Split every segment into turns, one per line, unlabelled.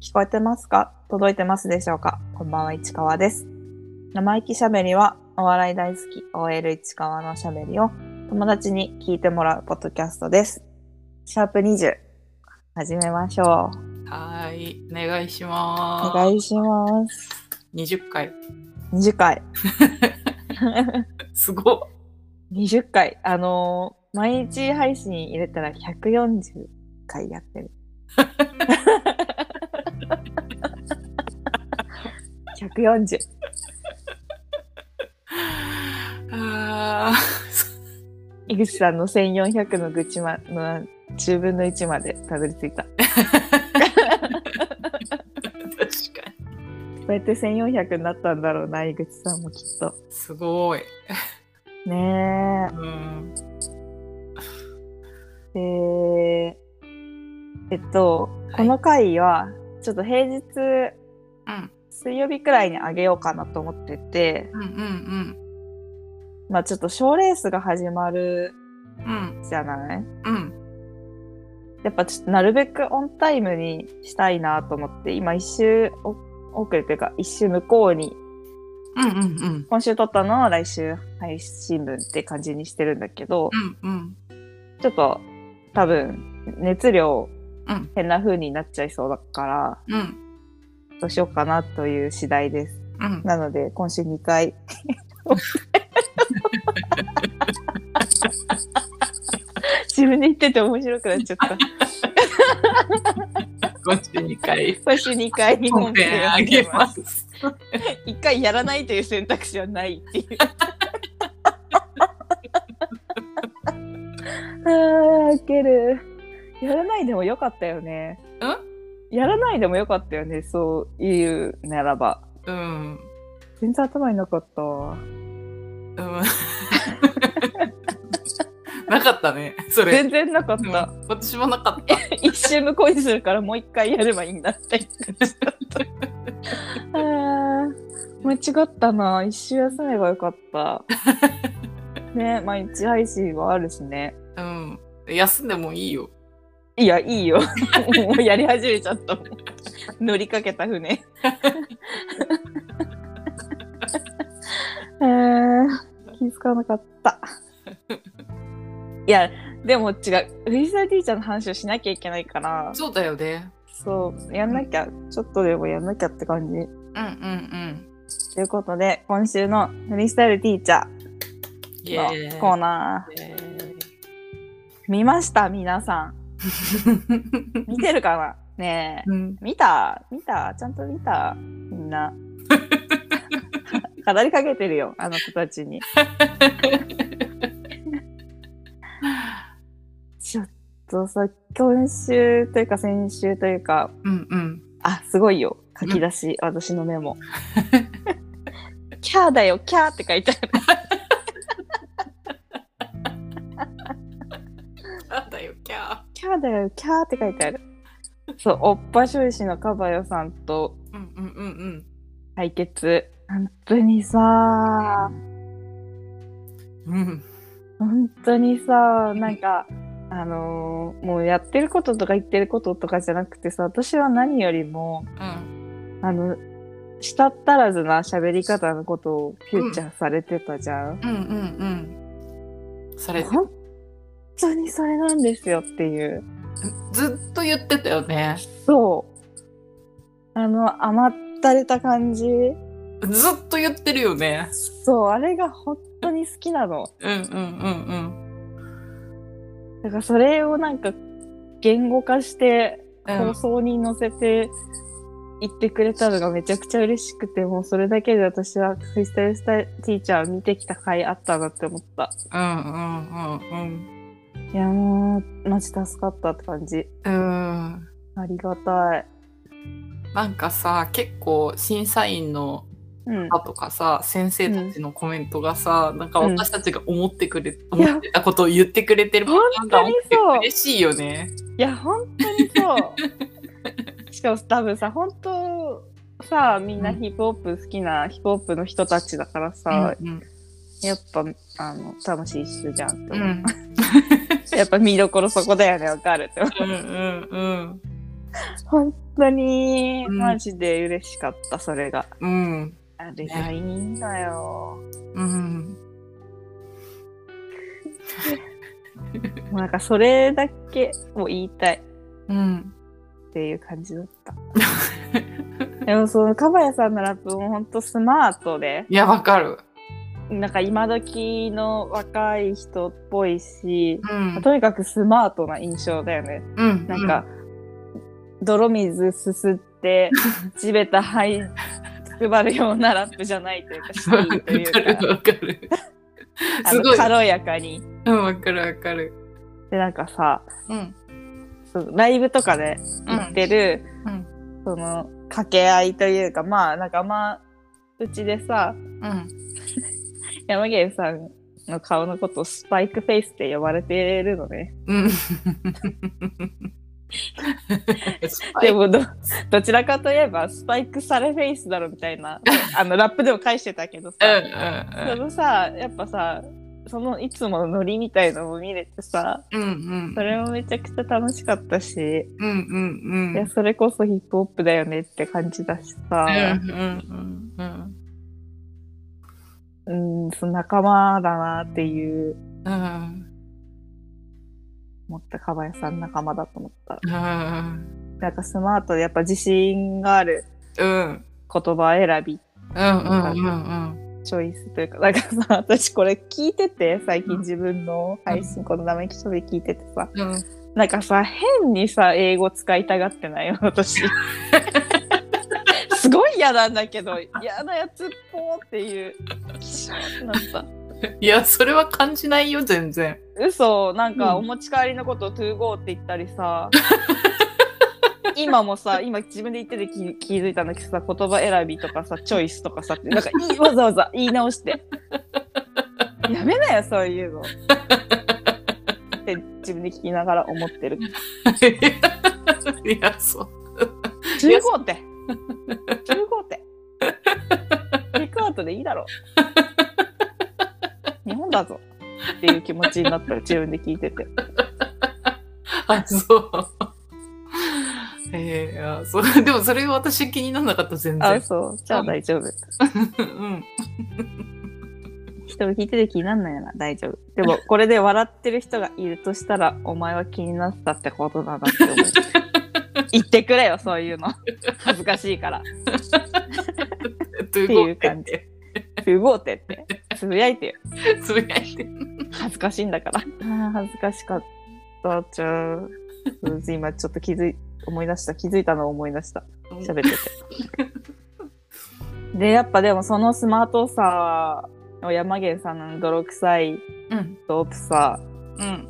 聞こえてますか届いてますでしょうかこんばんは、市川です。生意気しゃべりは、お笑い大好き OL 市川のしゃべりを友達に聞いてもらうポッドキャストです。シャープ20、始めましょう。
はーい、お願いし
お
ま
願いします。
す。20回。
20回。
すごっ。
20回。あのー毎日配信入れたら140回やってる。140。
あ
井口さんの1400の愚痴ま、の10分の1までたどり着いた。こ
ー 確か
うやって1400になったんだろうな、井口さんもきっと。
に。すごい。
ね
うん。
え。で、えっと、この回は、ちょっと平日、
うん。
水曜日くらいにあげようかなと思ってて、
うんうん
まあちょっと賞ーレースが始まる
うん。うん。
じゃない
うん。
やっぱちょっとなるべくオンタイムにしたいなと思って、今一周お遅れというか、一周向こうに
うんうんうん。
今週撮ったのは来週配信分って感じにしてるんだけど、
うんうん。
ちょっと多分熱量
うん
変な風になっちゃいそうだから、
うん。
どうしようかなという次第です。
うん。
なので今週2回。 自分で言ってて面白くなっちゃった。
52回。
今週2回日。
本編あげますす。
1回やらないという選択肢はないっていう。 あー、ウケる。やらないでもよかったよね。やらないでもよかったよね、そういうならば。
うん。うん。
全然頭になかった。
なかったね、それ。
全然なかっ
うん
た。
私もなかった。
一瞬向こうにするからもう一回やればいいんだって感じだった。 あー間違ったな。一周休めばよか った。ね、毎日配信はあるしね。
うん。休んでもいいよ。
いや、いいよ。 もうやり始めちゃったもん。乗りかけた船。 えー、気づかなかった。いや、でも違う。フリースタイルティーチャーの話をしなきゃいけないから、
そうだよね。
そう、やんなきゃ、ちょっとでもやんなきゃって感じ。
うんうんうん。
ということで、今週のフリースタイルティーチャ
イエ
ー
ー
の
イ
コーナー。
イエ
見ました皆さん。
ーイ
見てるかなねえ。
うん
見た見たちゃんと見たみんな。語りかけてるよ、あの子たちに。ちょっとさ、今週というか先週というか、
うんうん。
あ、すごいよ。書き出し、私のメモ。キャーだよ、キャーって書いてある。
なんだよ、キャー。
キャーだよ、キャーって書いてある。そう、おっぱしょいしのかばよさんと
うんうんうん
対決。本当にさ、
うん。うん。
本当にさなんかあのーもうやってることとか言ってることとかじゃなくてさ私は何よりも
うん。
あの舌足らずな喋り方のことをフューチャーされてたじゃん、
うんうんうん。それ、
本当にそれなんですよっていう
ずっと言ってたよね。
そうあの甘ったれた感じ
ずっと言ってるよね。
そうあれが本当に好きなの
うんうんうん
だからそれをなんか言語化して
うん
放送に載せて言ってくれたのがめちゃくちゃ嬉しくて、もうそれだけで私はフリースタイルスタイティーチャーを見てきた回あったなって思った。
うんうんうん
いやもう、マジ助かったって感じ。
うん。うん。
ありがたい。
なんかさ、結構審査員の
うん。
方とかさ、先生たちのコメントがさ、なんか私たちが思ってくれ、
んいや
思ってたことを言ってくれてるパターンが多くて
本当にそう
嬉しいよね。
いや、本当にそう。しかも多分さ、本当さ、みんなヒップホップ好きなヒップホップの人たちだからさ、
うんうん
やっぱ、あの、楽しい一緒じゃんって思
う
う。
ん
やっぱ見どころそこだよね、わかるって思う。
うんうんうん。
本当に、
うん
マジで嬉しかった、それが。
うん。
あれ
ね
がいいんだよ。
うん。
もうなんか、それだけを言いたい
うん。
っていう感じだ った。でも、その、かばやさんのラップも本当スマートで、
いや、わかる。
なんか今時の若い人っぽいし、
うん。
とにかくスマートな印象だよね。
うん。
なんか、泥水すす って、地べた灰 配るようなラップじゃないというか、シ
うん、わ
ティという
か
か
る、わかる。
あ
す
の
ごい。
軽やかに。
うん、わかる、わかる。
で、なんかさ、
うん。
そのライブとかで行ってる、
うん
その、掛け合いというか、まあ、なんかまあ、うちでさ、
うん。
山源さんの顔のことをスパイクフェイスって呼ばれてるのね。
うん。
でもど、どちらかといえば、スパイクされフェイスだろみたいな、あの、ラップでも返してたけどさ、
うん
そのさ、やっぱさ、そのいつものノリみたいのも見れてさ、
うんうん
それもめちゃくちゃ楽しかったし、
うんうんうん
いや、それこそヒップホップだよねって感じだしさ、
うんうんうん
うん、その仲間だなっていう、
うんうん
思った、かばやさん仲間だと思った。
うん
なんかスマートでやっぱ自信がある
うん
言葉選び、
うんうん
チョイスというか、なんかさ、私これ聞いてて、最近自分の配信、この生意気しゃべり聞いててさ、
うん
なんかさ、変にさ、英語使いたがってないよ、 私。すごい嫌なんだけど、嫌なやつっぽーっていう、気性になった。
いやそれは感じないよ全然
嘘なんか
うん
お持ち帰りのことを to go って言ったり さ今もさ今自分で言ってて気気づいたんだけどさ言葉選びとかさチョイスとかさってなんかいいわざわざ言い直してやめなよそういうのって自分で聞きながら思ってる
いやそう
中高って中高ってテイクアウトでいいだろう日本だぞっていう気持ちになった自分で聞いてて
あそう ええあそう でもそれ私気にならなかった全
あ
然
そうじゃあ大丈夫
うん
人を聞いてて気になんないなら大丈夫でもこれで笑ってる人がいるとしたらお前は気になったってことだなって思う言ってくれよそういうの恥ずかしいから
という
ていう感
じ
「不合てってつぶやいてよ
つぶやいて
恥ずかしいんだからあー恥ずかしかったじゃんうん今ちょっと気づい思い出した気づいたのを思い出した喋っててでやっぱでもそのスマートさを山源さんの泥臭い
うん
ドープさ
うん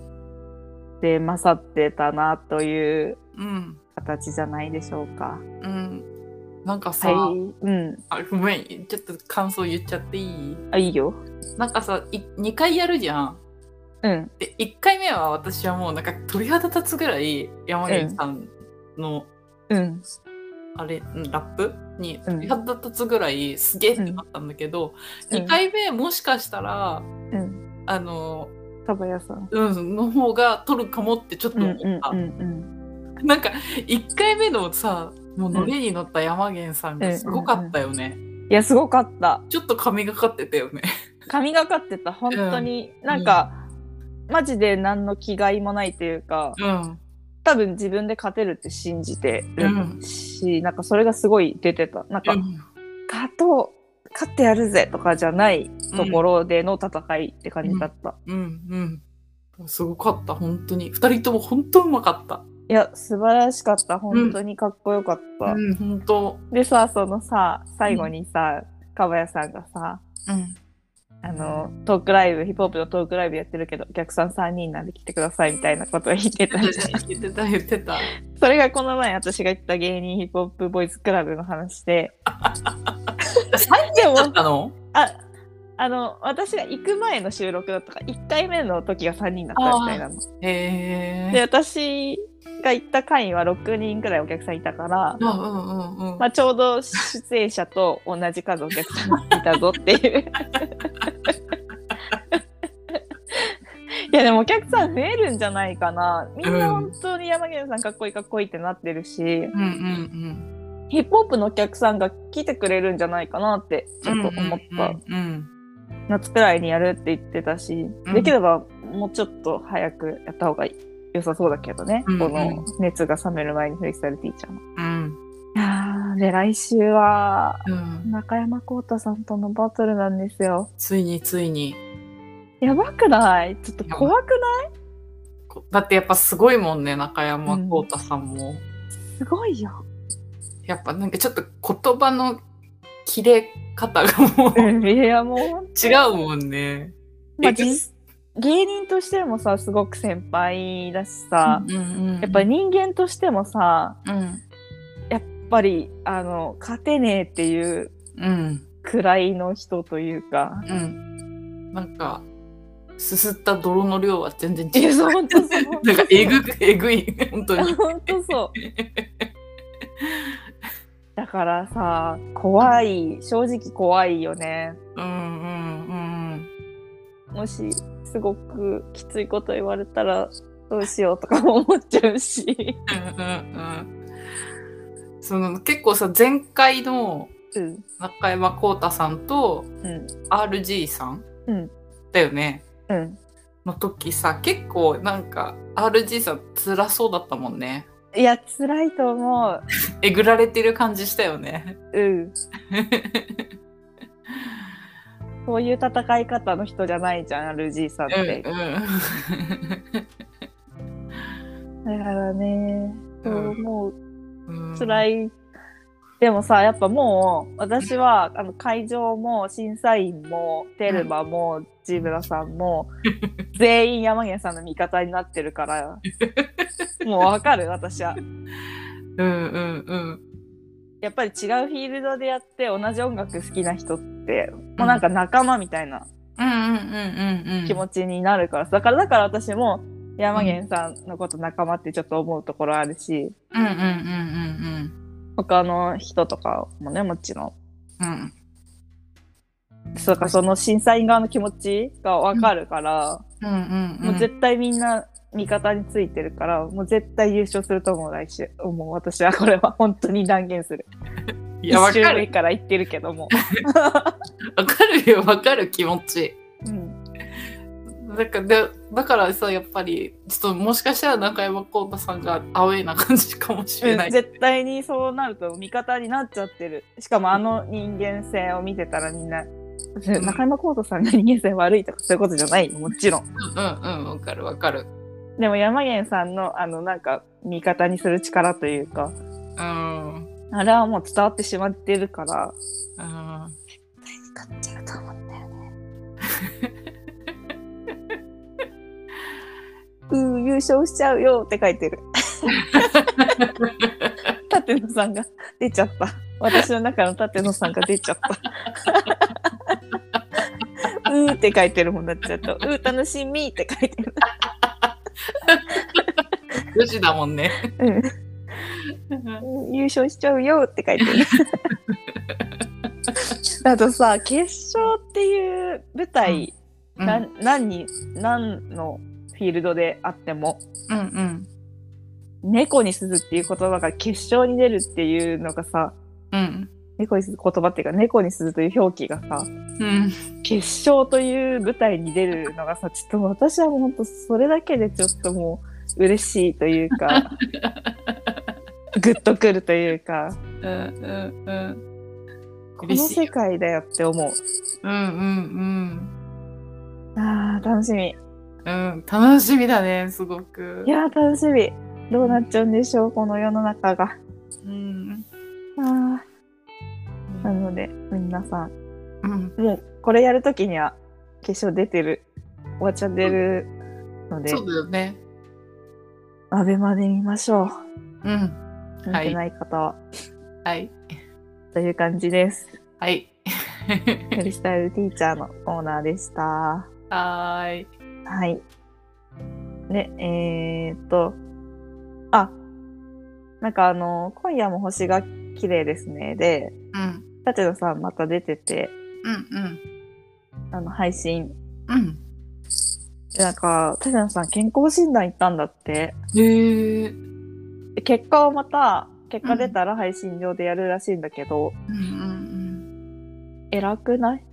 で勝ってたなという
うん
形じゃないでしょうか。
うんなんかさ、
はい。うん。
あごめんちょっと感想言っちゃっていい
あ、いいよ。
なんかさい2回やるじゃん
うん。
で1回目は私はもうなんか鳥肌立つぐらい山口さんの、
うん。
あれんラップに
うん
鳥肌立つぐらいすげえってなったんだけど、
うん
2回目もしかしたら
うん。
あの
かばやさん。
うんの方が取るかもってちょっと
うん
思
う
っ
ん
た、
うん
なんか1回目のさもうノリに乗った山源さんがすごかったよね、
うん。いや、すごかった。
ちょっと神がかってたよね
神がかってた。本当に。なんか、マジで何の気概もないというか、
うん
多分自分で勝てるって信じて
うん
るし、なんかそれがすごい出てた。なんか、勝とう、勝ってやるぜとかじゃないところでの戦いって感じだった。
うんうんすごかった本当に2人とも本当うまかった
いや、素晴らしかった。本当にかっこよかった。
うん本当
でさ、そのさ、最後にさ、かばやさんがさ、
うん
あの、トークライブ、ヒップホップのトークライブやってるけど、お客さん3人なんで来てくださいみたいなことを言 ってたりして。
言ってた言ってた。
それがこの前私が言った芸人ヒップホップボーイズクラブの話で。で
だっ
も、
たの？
あ、あの、私が行く前の収録だったから、1回目の時が3人だったみたいなの。
へえ。
で、私が行った回は6人くらいお客さんいたから、
あうんうんうん。
まあ、ちょうど出演者と同じ数お客 さんがいたぞっていう。いいやでもお客さん増えるんじゃないかな。みんな本当に山源さんかっこいいかっこいいってなってるし、
うんうん
ヒップホップのお客さんが来てくれるんじゃないかなってち
う
ょ
ん。
っと思っ
うん
た。
うん
夏くらいにやるって言ってたし、
うん
できればもうちょっと早くやった方が良さそうだけどね。
うん
この熱が冷める前にフリースタイルティーチャーの。
うん
いやーで、来週は
うんうん。
中山浩太さんとのバトルなんですよ。
ついについに。
やばくないちょっと怖くない
こだってやっぱすごいもんね、中山浩太さんも。
すごいよ。
やっぱなんかちょっと言葉の切れ方がもう
いや、もう本
違うもんね。
当、まあ、
え
実芸人としてもさ、すごく先輩だしさ、
うんうん、
やっぱ人間としてもさ、
うん。
やっぱり、あの、勝てねえっていう
うん。
くらいの人というか、
うん。なんか、すすった泥の量は全 然
い
違
や、
う。
そう本当そう。本当
なん
そ
か
う、
えぐく、えぐい。本当に。
本当そう。 だからさ、怖い、正直怖いよね。
うんうんうん。
もし、すごくきついこと言われたら、どうしようとかも思っちゃうし。
うんうんうん。その結構さ、前回の
うん。
中山浩太さんと
うん。
RG さん、
うん
だよね。
うん。
の時さ、結構なんか RG さん辛そうだったもんね。
いや、辛いと思う。
えぐられてる感じした よね。
うん。そういう戦い方の人じゃないじゃん、RG さんっ
うん
て。だからね、そううん思う。
うん。うん
辛い。でもさ、やっぱもう、私は、あの、会場も、審査員も、テルマも、ジブラさんも、全員山源さんの味方になってるから、もうわかる、私は。
うんうんうん。
やっぱり違うフィールドでやって、同じ音楽好きな人って、もうなんか仲間みたいな
うんうんうんうんうん。
気持ちになるからさだからだから私も山源さんのこと仲間ってちょっと思うところあるし
うんうんうんうん
他の人とかもねもちろん
うん。うん
そうかその審査員側の気持ちが分かるから、
うんうんうん。
もう絶対みんな味方についてるからもう絶対優勝すると思う来週もう私はこれは本当に断言する
いや、わ
1
か
周目
る。
から言ってるけども、
わかるよ、わかる気持ち。
うん、
だから、でだからさ、やっぱり、ちょっともしかしたら中山浩太さんがアウェイな感じかもしれない。
絶対にそうなると味方になっちゃってるしかもあの人間性を見てたらみんな中山浩太さんが人間性悪いとかそういうことじゃないよもちろん
うんうん、わかるわかる。
でも山源さんのあのなんか味方にする力というか
うん。うん。
あれはもう伝わってしまってるから勝っちゃうと思ったよね うー優勝しちゃうよって書いてる舘野さんが出ちゃった私の中の舘野さんが出ちゃったうーって書いてるもんだっちゃうとうー楽しみって書いてる
女子だもんね。
うん優勝しちゃうよって書いてる。あとさ決勝っていう舞台、
うん
なん、何に何のフィールドであっても
うんうん。
「猫にすず」っていう言葉が決勝に出るっていうのがさ
うん。
猫にすず言葉っていうか「猫にすず」という表記がさ
うん。
決勝という舞台に出るのがさちょっと私はもうほんとそれだけでちょっともう嬉しいというか グッとくるというか。
うんうんうん。
この
嬉しい
世界だよって思う。
うんうん
ああ、楽しみ。
うん。うん。楽しみだね、すごく。
いやー、楽しみ。どうなっちゃうんでしょう、この世の中が。
うん。
あ
う
ー
ん
なので、皆さん、
うん。
もうこれやるときには、決勝出てる、おわちゃん出るので、
そうだよね。
アベマで見ましょう。
うん。
見
はい
てない方は。
はい。
という感じです。
はい。
フリースタイルティーチャーのコーナーでした。は
はーい。
い。で、えー、っと、あ、なんかあの、今夜も星が綺麗ですね。で、
うん。
舘野さんまた出てて、
うんうん。
あの配信
うん。
でなんか、田代さん健康診断行ったんだって。
へえ。うん
で結果をまた、結果出たら配信上でやるらしいんだけど、
うん
偉くない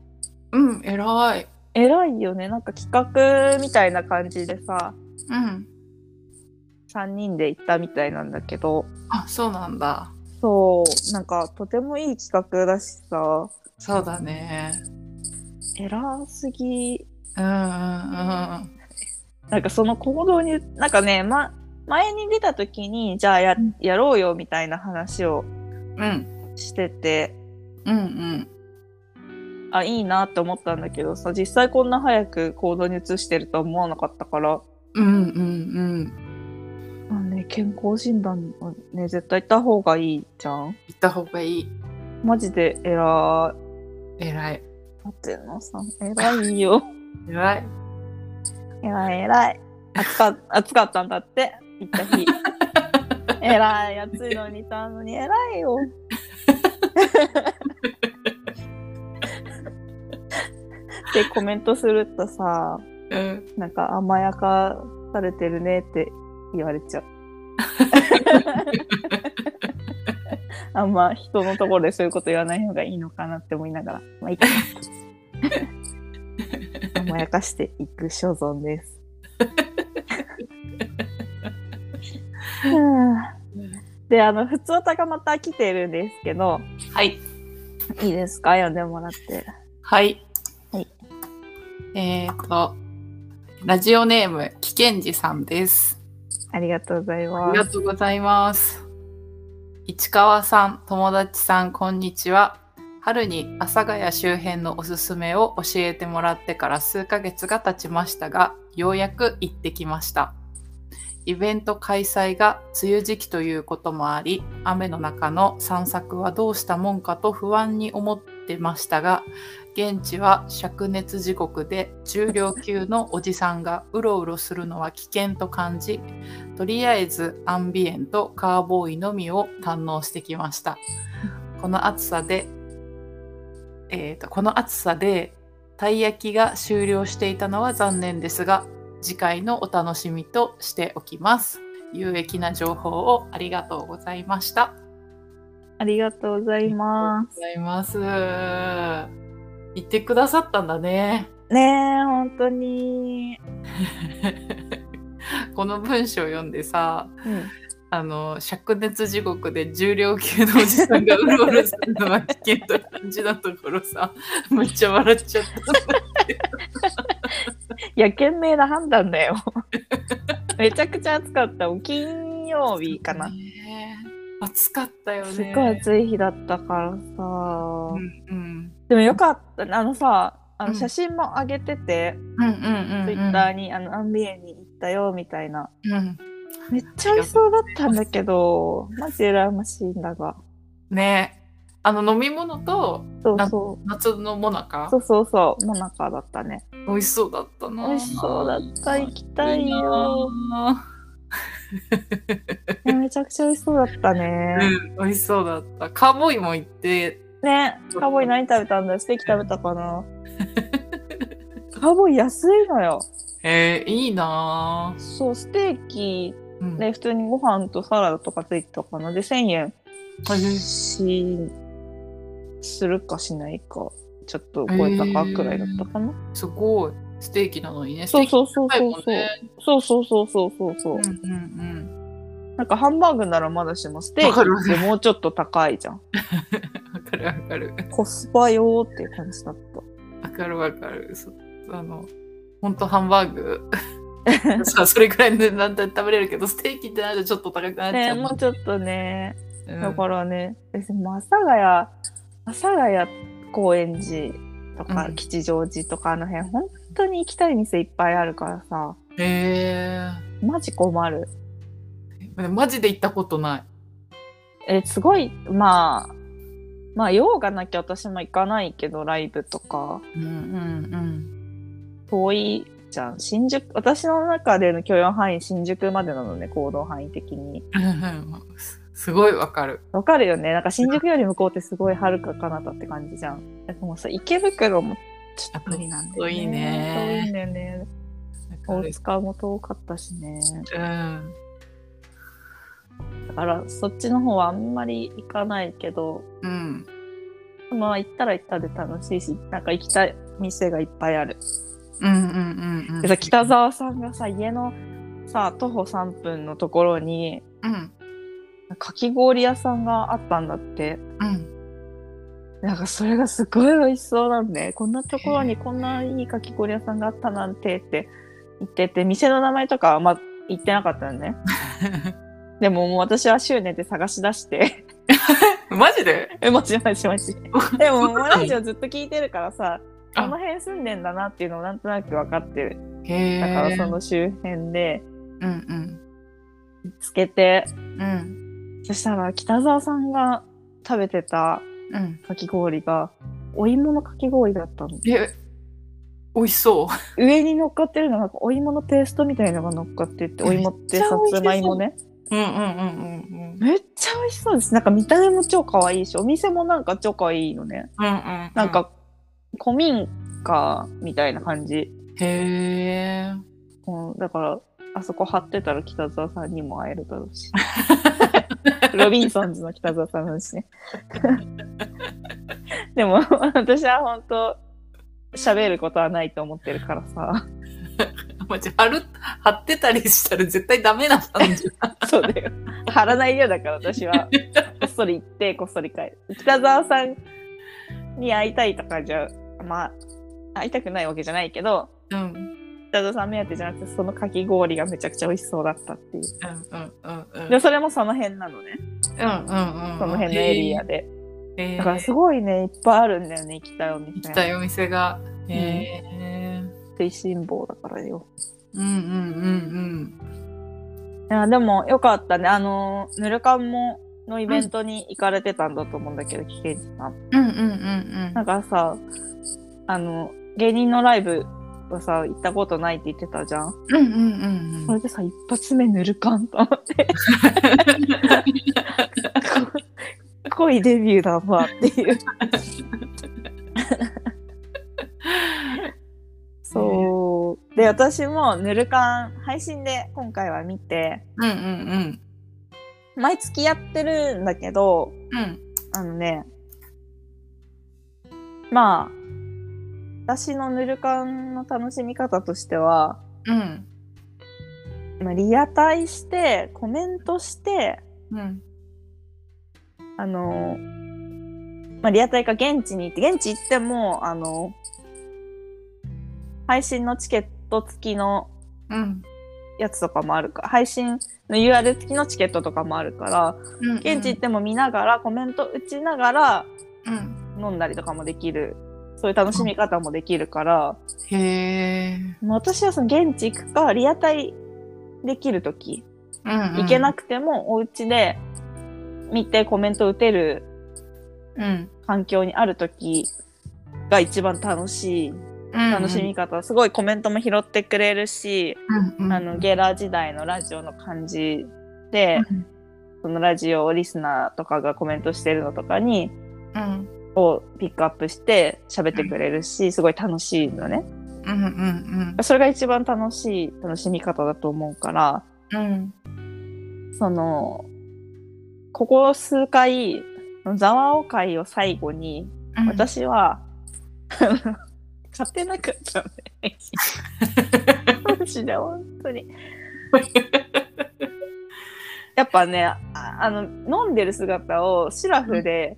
うん。うん、偉い。
偉いよね。なんか企画みたいな感じでさ、
うん。
3人で行ったみたいなんだけど、
あ、そうなんだ。
そう、なんかとてもいい企画だしさ、
そうだね。
偉すぎ。
うんうんうん。
なんかその行動に、なんかね、ま、前に出た時に、じゃあや
ん
やろうよみたいな話を
うん。
してて、
うんうん。
あ、いいなって思ったんだけどさ、実際こんな早く行動に移してるとは思わなかったから、
うんうんうん。
まあね、健康診断はね、絶対行った方がいいじゃん。
行った方がいい。
マジで偉
偉
い。
い。
ってのさん、偉いよ。
偉い。
偉い 偉い。暑か暑かったんだって、行った 日。偉い、暑いのに行ったのに偉い よ。で、コメントするとさ、
うん。
なんか甘やかされてるねって言われちゃう。あんま人のところでそういうこと言わない方がいいのかなって思いながら、まあ、いいかな甘やかしていく所存です。 はあで、あの、普通歌がまた来てるんですけど、
はい。
いいですか読んでもらって。
はい。
はい。
えーと、ラジオネーム、危険児さんです。
ありがとうござい
あ
ま
りが
す。
とうございます。市川さん、友達さん、こんにちは。春に阿佐ヶ谷周辺のおすすめを教えてもらってから数ヶ月が経ちましたが、ようやく行ってきました。イベント開催が梅雨時期ということもあり、雨の中の散策はどうしたもんかと不安に思ってましたが、現地は灼熱地獄で重量級のおじさんがうろうろするのは危険と感じ、とりあえずアンビエンとカーボーイのみを堪能してきました。この暑さで、えーとこの暑さでたい焼きが終了していたのは残念ですが、次回のお楽しみとしておきます。有益な情報をありがとうございました。
ありがとうございます。
ありがとうございます。言ってくださったんだね。
ねえ、本当に。
この文章を読んでさ、
うん、
あの灼熱地獄で重量級のおじさんがうろうろするのは危険と感じなところ さめっちゃ笑っちゃっ
いや、賢明な判断だよ。 めちゃくちゃ暑かった。金曜
た
日かな。
ね暑かったよね
すっごい暑い日だったからさ
う。んうん
でもよかった。あのさ、あ
う
の
ん
写真も上げてて、
うんうんうん
ツイッターにあのアンビエに行ったよみたいな。
うん
めっちゃ美味しそうだったんだけど、マジで羨ましいんだが。
ねあの飲み物と
そうそ
夏のもなか
う。そうそうそう。もなかだったね。
美味しそうだったな
美味しそうだった。行きたい
いい
よ。
な
ねめちゃくちゃ美味しそうだったね。
うん美味しそうだったカーボーイも行って
ねカーボーイ何食べたんだステーキ食べたか なカーボーイ安いのよ。
えー、いいな
そう、ステーキ
うん
で普通にご飯とサラダとかついてたかな。で、1000円
美味し
し、するかしないか、ちょっと超えたかくらいだったかな。
すごいステーキなのにね
そうそうそう
ステーキ高い
そう
も
ん
ね
そう。そうそうそうそうそう。
うんうん
なんかハンバーグならまだしも、ステー
わかるわ
キってもうちょっと高いじゃん。
うん。わかるわかる。
コスパよーっていう感じだった。
わかるわかる。そあの、ほんとハンバー グ。さそれくらいでなんて食べれるけど、ステーキってなるとちょっと高くなっち
ね
ゃう。
もうちょっとね。
うん
だからね、別に阿佐ヶ谷、阿佐ヶ谷高円寺とか
うん
吉祥寺とかあの辺、本当に行きたい店いっぱいあるからさ、
へ
マジ困る。
えマジで行ったことない。
え、すごい、まあ、まあ、用がなきゃ私も行かないけど、ライブとか、
うんうん
遠いじゃん。新宿、私の中での許容範囲、新宿までなのね、行動範囲的に。
うん。す すごいわかる。
わかるよね。なんか新宿より向こうってすごい遥か彼方って感じじゃん。でもさ、池袋もちょっと無理なんだよね。
遠いね
遠いんだよね。
わ
大塚も遠かったしね。
うん。
だから、そっちの方はあんまり行かないけど、
うん。
まあ行ったら行ったで楽しいし、なんか行きたい店がいっぱいある。
うんうんうんうん。
でさ、北沢さんがさ、家のさ、徒歩3分のところに、
うん。
かき氷屋さんがあったんだって。
うん。
なんかそれがすごい美味しそうなんで、こんなところにこんないいかき氷屋さんがあったなんてって言ってて、店の名前とかはあんま言ってなかったの ね。でももう私は執念で探し出して、
マジで
え、もちろんしまし。 でももうラジオずっと聞いてるからさ、こ
あ
の辺住んでんだなっていうのもなんとなく分かってる。
へえ。
だからその周辺で
うん
見つけて、
うん。うん。
そしたら北沢さんが食べてた
うん。
かき氷が、お芋のかき氷だったの。
え、美味しそう。
上に乗っかってるのがなんかお芋のペーストみたいのが乗っかってって、お芋ってさつまいもね。
うんうんうんうんうん。
めっちゃ美味しそうです。なんか見た目も超可愛いし、お店もなんか超可愛いのね。
うんうん。
なん、か、古民家みたいな感じ。
へえ。
うん、だから、あそこ貼ってたら北沢さんにも会えるだろうし。ロビンソンズの北沢さんだしね。でも、私は本当、喋ることはないと思ってるからさ。
マジ、貼る、貼ってたりしたら絶対ダメなんだ。
そうだよ。貼らないよだから私は。こっそり行って、こっそり帰る。北沢さんに会いたいとかじゃ、まあ、会いたくないわけじゃないけど、
うん。うん
北沢さん目当てじゃなくて、そのかき氷がめちゃくちゃ美味しそうだったっていう。
うんうんうん。
で、それもその辺なのね。
うんうんうん。
その辺のエリアで。
へー。
だからすごいね、いっぱいあるんだよね、行きたいお店。
行きたいお店が。へえ。
食いしん坊だからよ。
うんうん
いや、でもよかったね。あの、ぬるかんものイベントに行かれてたんだと思うんだけど、危険児さん。
うんうん。うんうんうんう
なん
ん。
かさ、あの、芸人のライブはさ、行ったことないって言ってたじゃん。
うんうんうん
そ
うん。
れでさ、一発目ぬるかんと思 って。濃いデビューだわっていう。そう。で、私もぬるかん配信で今回は見て、
うんうんうん。
毎月やってるんだけど、
うん
あのね、まあ、私のぬるかんの楽しみ方としては、
うん
まあ、リアタイして、コメントして、
うん
あの、まあ、リアタイか現地に行って、現地行っても、あの、配信のチケット付きの
うん
やつとかもあるから、配信の URL 付きのチケットとかもあるから、
うん。
現地行っても見ながら、コメント打ちながら
うん。
飲んだりとかもできる。そういう楽しみ方もできるから、
へえ。
もう私はその現地行くか、リアタイできるとき、行
行
けなく
く。
てもお家で見てコメント打てる
うん。
環境にある時が一番楽しい楽しみ方、すごいコメントも拾ってくれるし、
うんうん。
あのゲラ時代のラジオの感じで、
うん
そのラジオリスナーとかがコメントしてるのとかに
うん
をピックアップして喋ってくれるし、すごい楽しいのね
うんうん
それが一番楽しい楽しみ方だと思うから
うんうん
そのここ数回ザワオ会を最後に
うん。
私は、買ってなかったね。マジで、本当 に。やっぱね、ああの、飲んでる姿をシラフで、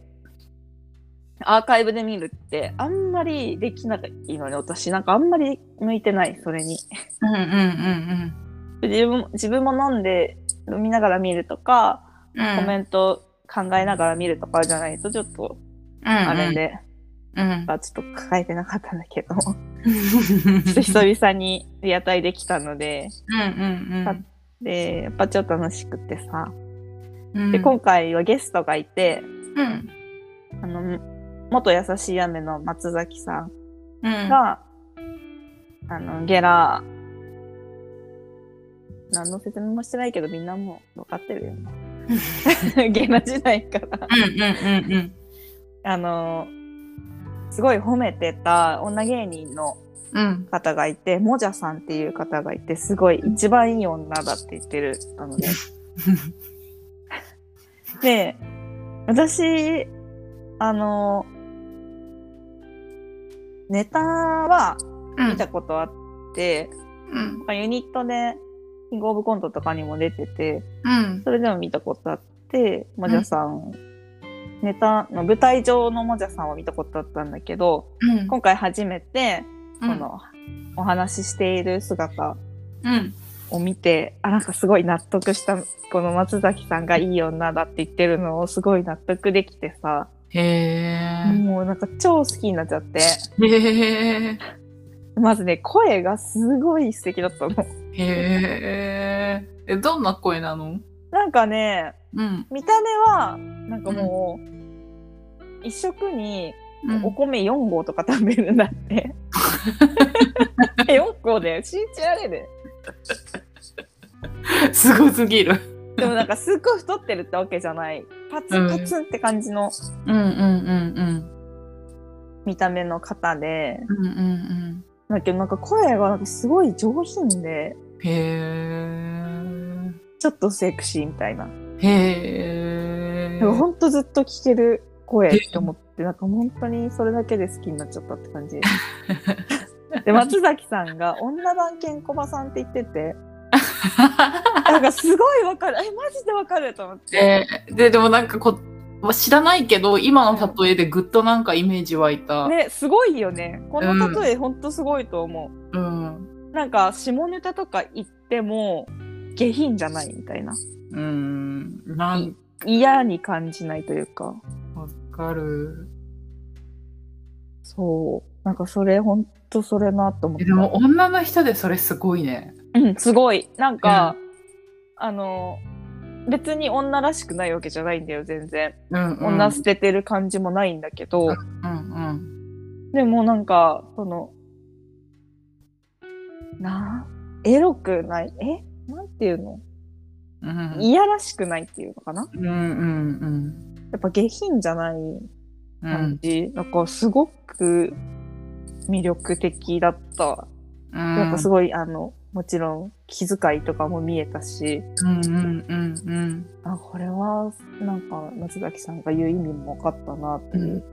アーカイブで見るって、あんまりできないのね、私。なんかあんまり向いてない、それに。
うんうんうん
自分も自分も飲んで、飲みながら見るとか、
うん。
コメ
ん。
ント考えながら見るとかじゃないと、ちょっと、あれで、
うん。
まあちょっと抱えてなかったんだけど。
うん
ちょっと久々にリアタイできたので、
うん
で、やっぱちょっと楽しくてさ。
うん。
で、今回はゲストがいて、
うん
あの、元優しい雨の松崎さん
うん。
が、あの、ゲラ、何の説明もしてないけど、みんなもう分かってるよ ね。ゲラ時代から、
うんうんうんうん。
あの、すごい褒めてた女芸人の
うん。
方がいて、もじゃさんっていう方がいて、すごい一番いい女だって言ってる人な ので。で、私、あの、ネタは
うん
見たことあって、
うん。
まあユニットで、キングオブコントとかにも出てて、
うん。
それでも見たことあって、もじゃさん、ネタの舞台上のもじゃさんは見たことあったんだけど、
うん。
今回初めて、
う
そ
ん。
の、お話ししている姿
うん。
を見て、あ、なんかすごい納得した、この松崎さんがいい女だって言ってるのをすごい納得できてさ、
へえ。
もうなんか超好きになっちゃって、
へえ。
まずね、声がすごい素敵だったの。
へえ。え、どんな声なの
なんかね、
うん。
見た目は、なんかもう、一食に
うん
お米4合とか食べるんだって。4合で信じられる。
すごすぎる。
でもなんかすっごい太ってるってわけじゃない。パツンパツンって感じの
うんうんうん
見た目の方で。
うん。うんうん
だけどなんか声がなんかすごい上品で、
うん。へ
ちょっとセクシーみたいな。
え。へえ。
なんかほんとずっと聞ける声って思って、なんか本当にそれだけで好きになっちゃったって感じ。で、松崎さんが女版ケンコバさんって言ってて、なんかすごいわかる。え、マジでわかると思って。
でででもなんかこ、まあ、知らないけど今の例えでぐっとなんかイメージ湧いた、
ね、すごいよね。この例えほんとすごいと思う。
うん
なんか下ネタとか言っても下品じゃないみたいな。
うんなんか
嫌に感じないというか。
わかる
そう。なんかそれ、ほんとそれなと思っ
え
た。
でも女の人でそれすごいね
うん、すごい。なんか、あの、別に女らしくないわけじゃないんだよ、全然。
うん、うん、
女捨ててる感じもないんだけど、
うん
でもなんか、その、なあ、エロくない、えなんていうの
うんうん
いやらしくないっていうのかな
うんうん
やっぱ下品じゃない
うんう
感
ん
じ。なんかすごく魅力的だったなんかす
ご
ごい、あの、もちろん気遣いとかも見えたし、
うんうんうん
あ、これは、なんか、松崎さんが言う意味も分かったなって
う
い
ん
う。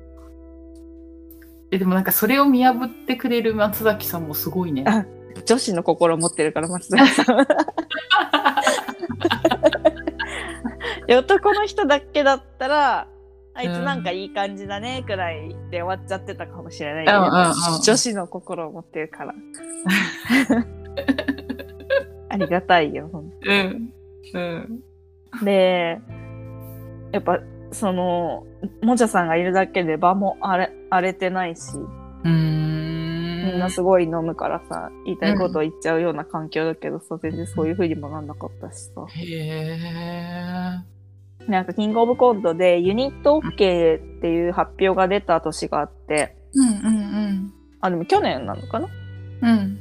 えでもなんかそれを見破ってくれる松崎さんもすごいね
あ女子の心を持ってるから、松崎さん。いや男の人だけだったら、あいつなんかいい感じだね、くらいで終わっちゃってたかもしれないけど、
うんうんうん
女子の心を持ってる から。ありがたいよ、本当
うんうん
で、やっぱ、その、もじゃさんがいるだけで場も荒れ荒れてないし、
うー
みんなすごい飲むからさ、言いたいことを言っちゃうような環境だけどさ、全然そういう風にもなんなかったしさ。
へえ
なんか、キングオブコントでユニット OK っていう発表が出た年があって、
うんうん
あ、でも去年なのかな
うんうん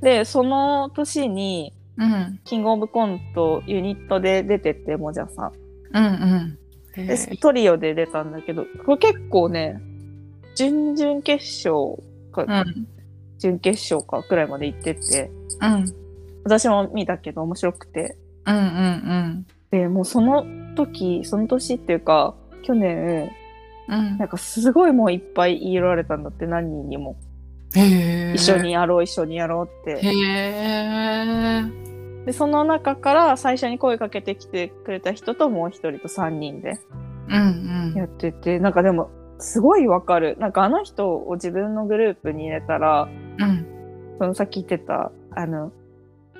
で、その年に、
うん
キングオブコントユニットで出てて、もじゃさん。
うんうん。
でトリオで出たんだけど、これ結構ね、準々決勝か、
うん
準決勝かくらいまで行ってて、
うん
私も見たけど面白くて。
うんうん
で、もうその時、その年っていうか、去年、
うん
なんかすごいもういっぱい言い寄られたんだって、何人にも。
うん。へえ。
一緒。にやろう、一緒にやろうって。
へえ。
で、その中から最初に声かけてきてくれた人ともう一人と三人で
うんうん。
やってて、なんかでも、すごいわかる。なんかあの人を自分のグループに入れたら、
うん
そのさっき言ってた、あの、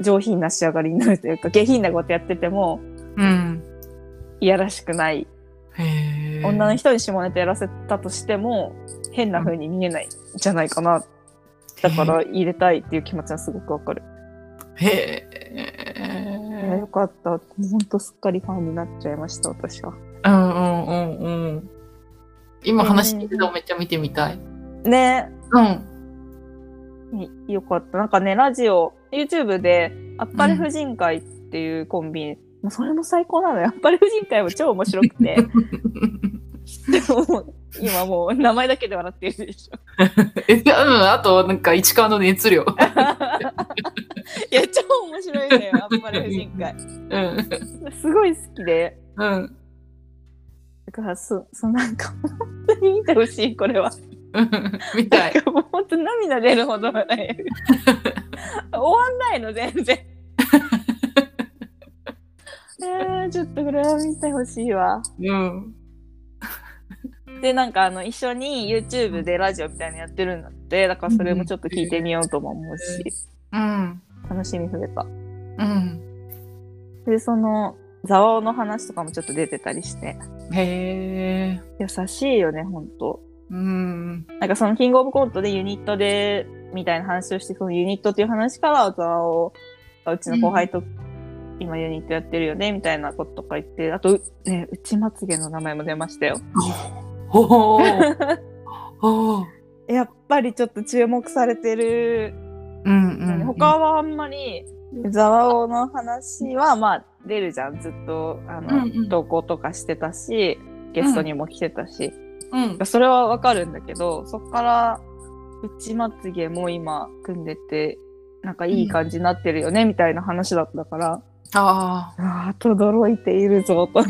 上品な仕上がりになるというか、下品なことやってても、
うん。
いやらしくない
へえ。
女の人に下ネタやらせたとしても変な風に見えないんじゃないかなだから入れたいっていう気持ちはすごくわかる、
へ
いや
え。
よかったほんとすっかりファンになっちゃいました私は
うんうんうんうん。今話してるのめっちゃ見てみたい。
ね
うん。
いよかったなんかねラジオ YouTube で「あっぱれ婦人会」っていうコンビ、もうそれも最高なのよ。あっぱれ婦人会も超面白くて。でも、今もう名前だけで笑ってるでしょ。
え、うん、あと、なんか、市川の熱量。
いや、超面白いのよ、あっぱれ婦人会。
うん。
すごい好きで。
うん。
だから、そ、そ、なんか、本当に見てほしい、これは。
うんみたい
な。んかもう本当涙出るほど笑える。終わんないの、全然。えー、ちょっとこれは見てほしいわ。
うん。
で、なんかあの、一緒に YouTube でラジオみたいなのやってるんだって、だからそれもちょっと聞いてみようとも思うし、
うん。
楽しみ増えた。
うん。
で、その、ザワオの話とかもちょっと出てたりして、
へえ。
優しいよね、ほんと。
うん。
なんかそのキングオブコントでユニットで、みたいな話をして、そのユニットっていう話から、ザワオがうちの後輩と、今ユニットやってるよね、みたいなこととか言って、あと、うね、うちまつげの名前も出ましたよ。
おー おー。
やっぱりちょっと注目されてる
うんうん。
他はあんまりザワオの話はまあ出るじゃんずっとあの、
うんうん
投稿とかしてたしゲストにも来てたし、
うん。
それはわかるんだけどそっから内まつげも今組んでてなんかいい感じになってるよね、みたいな話だったから
ああ。
ああ驚いているぞと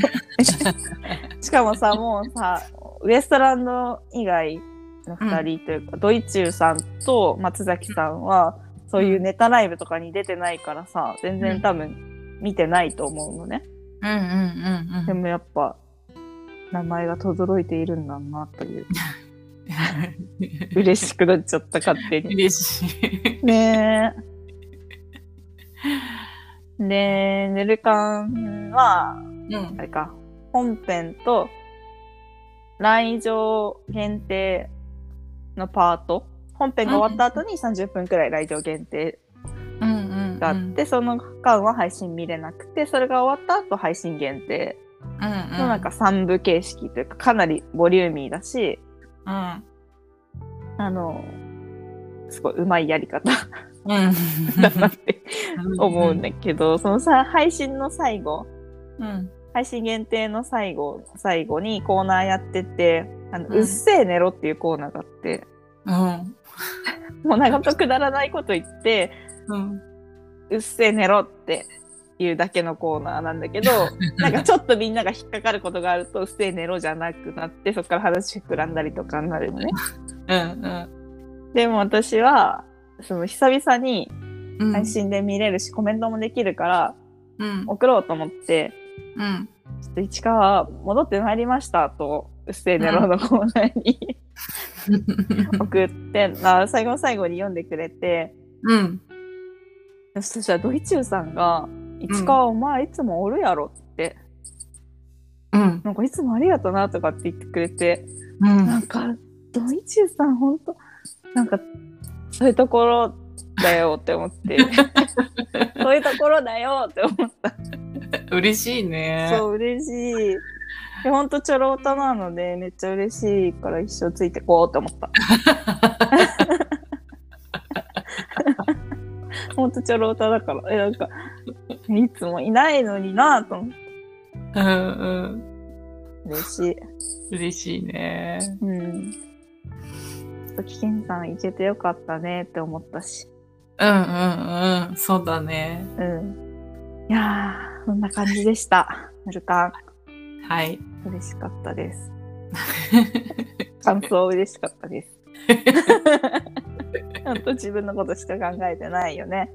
しかもさもうさウエストランド以外の2人というか、ドイチューさんと松崎さんは、そういうネタライブとかに出てないからさ全
うん
然多分見てないと思うのね、
うんうんうん うん。
でもやっぱ名前が轟いているんだなという嬉しくなっちゃった勝手に
嬉しい。
ねえで、ぬるかんは、
うん
あ。れか、本編と来場限定のパート、本編が終わった後に30分くらい来場限定
うんうん。
があって、その間は配信見れなくて、それが終わった後配信限定
うんうん。
のなんか3部形式というか、かなりボリューミーだし、あの、すごい上手いやり方
うん。うん。
だなって思うん
ね。
だけど、そのさ、配信の最後、
うん。
配信限定の最後、最後にコーナーやってて、あの、
う
うんっせえ寝ろっていうコーナーがあって、
うん。
もう長とくだらないこと言って、
うん。
うっせえ寝ろっていうだけのコーナーなんだけ ど、なんかちょっとみんなが引っかかることがあると、うっせえ寝ろじゃなくなって、そこから話膨らんだりとかになるのね。
うん。
でも私は、その久々に
うん。
配信で見れるし、コメントもできるから、
うん。
送ろうと思って、
うん。
ちょっと市川戻ってまいりましたと、うっせえ寝ろのコーナーに。 送ってあ最後の最後に読んでくれて
うん。
そしたらドイチューさんが「市川お前いつもおるやろ」って
うん
「なんかいつもありがとな」とかって言ってくれて
う。
なんんかドイチューさんほんとなんかそういうところだよって思って そういうところだよって思っ
嬉しいね
て。そう嬉しい。でほんとちょろうたなのでめっちゃ嬉しいから一生ついてこうと思った。ほんとちょろうただから。え、なんか、いつもいないのになぁと思って。
うんうん。
嬉しい。
嬉しいね。
うん。危険さん行けてよかったねって思ったし。
うんうんうん。そうだね。
うん。いやー、そんな感じでした。ぬるか
はい。
ん。嬉しかった です。感想嬉しかったです。 ほんと自分のことしか考えてないよ ね。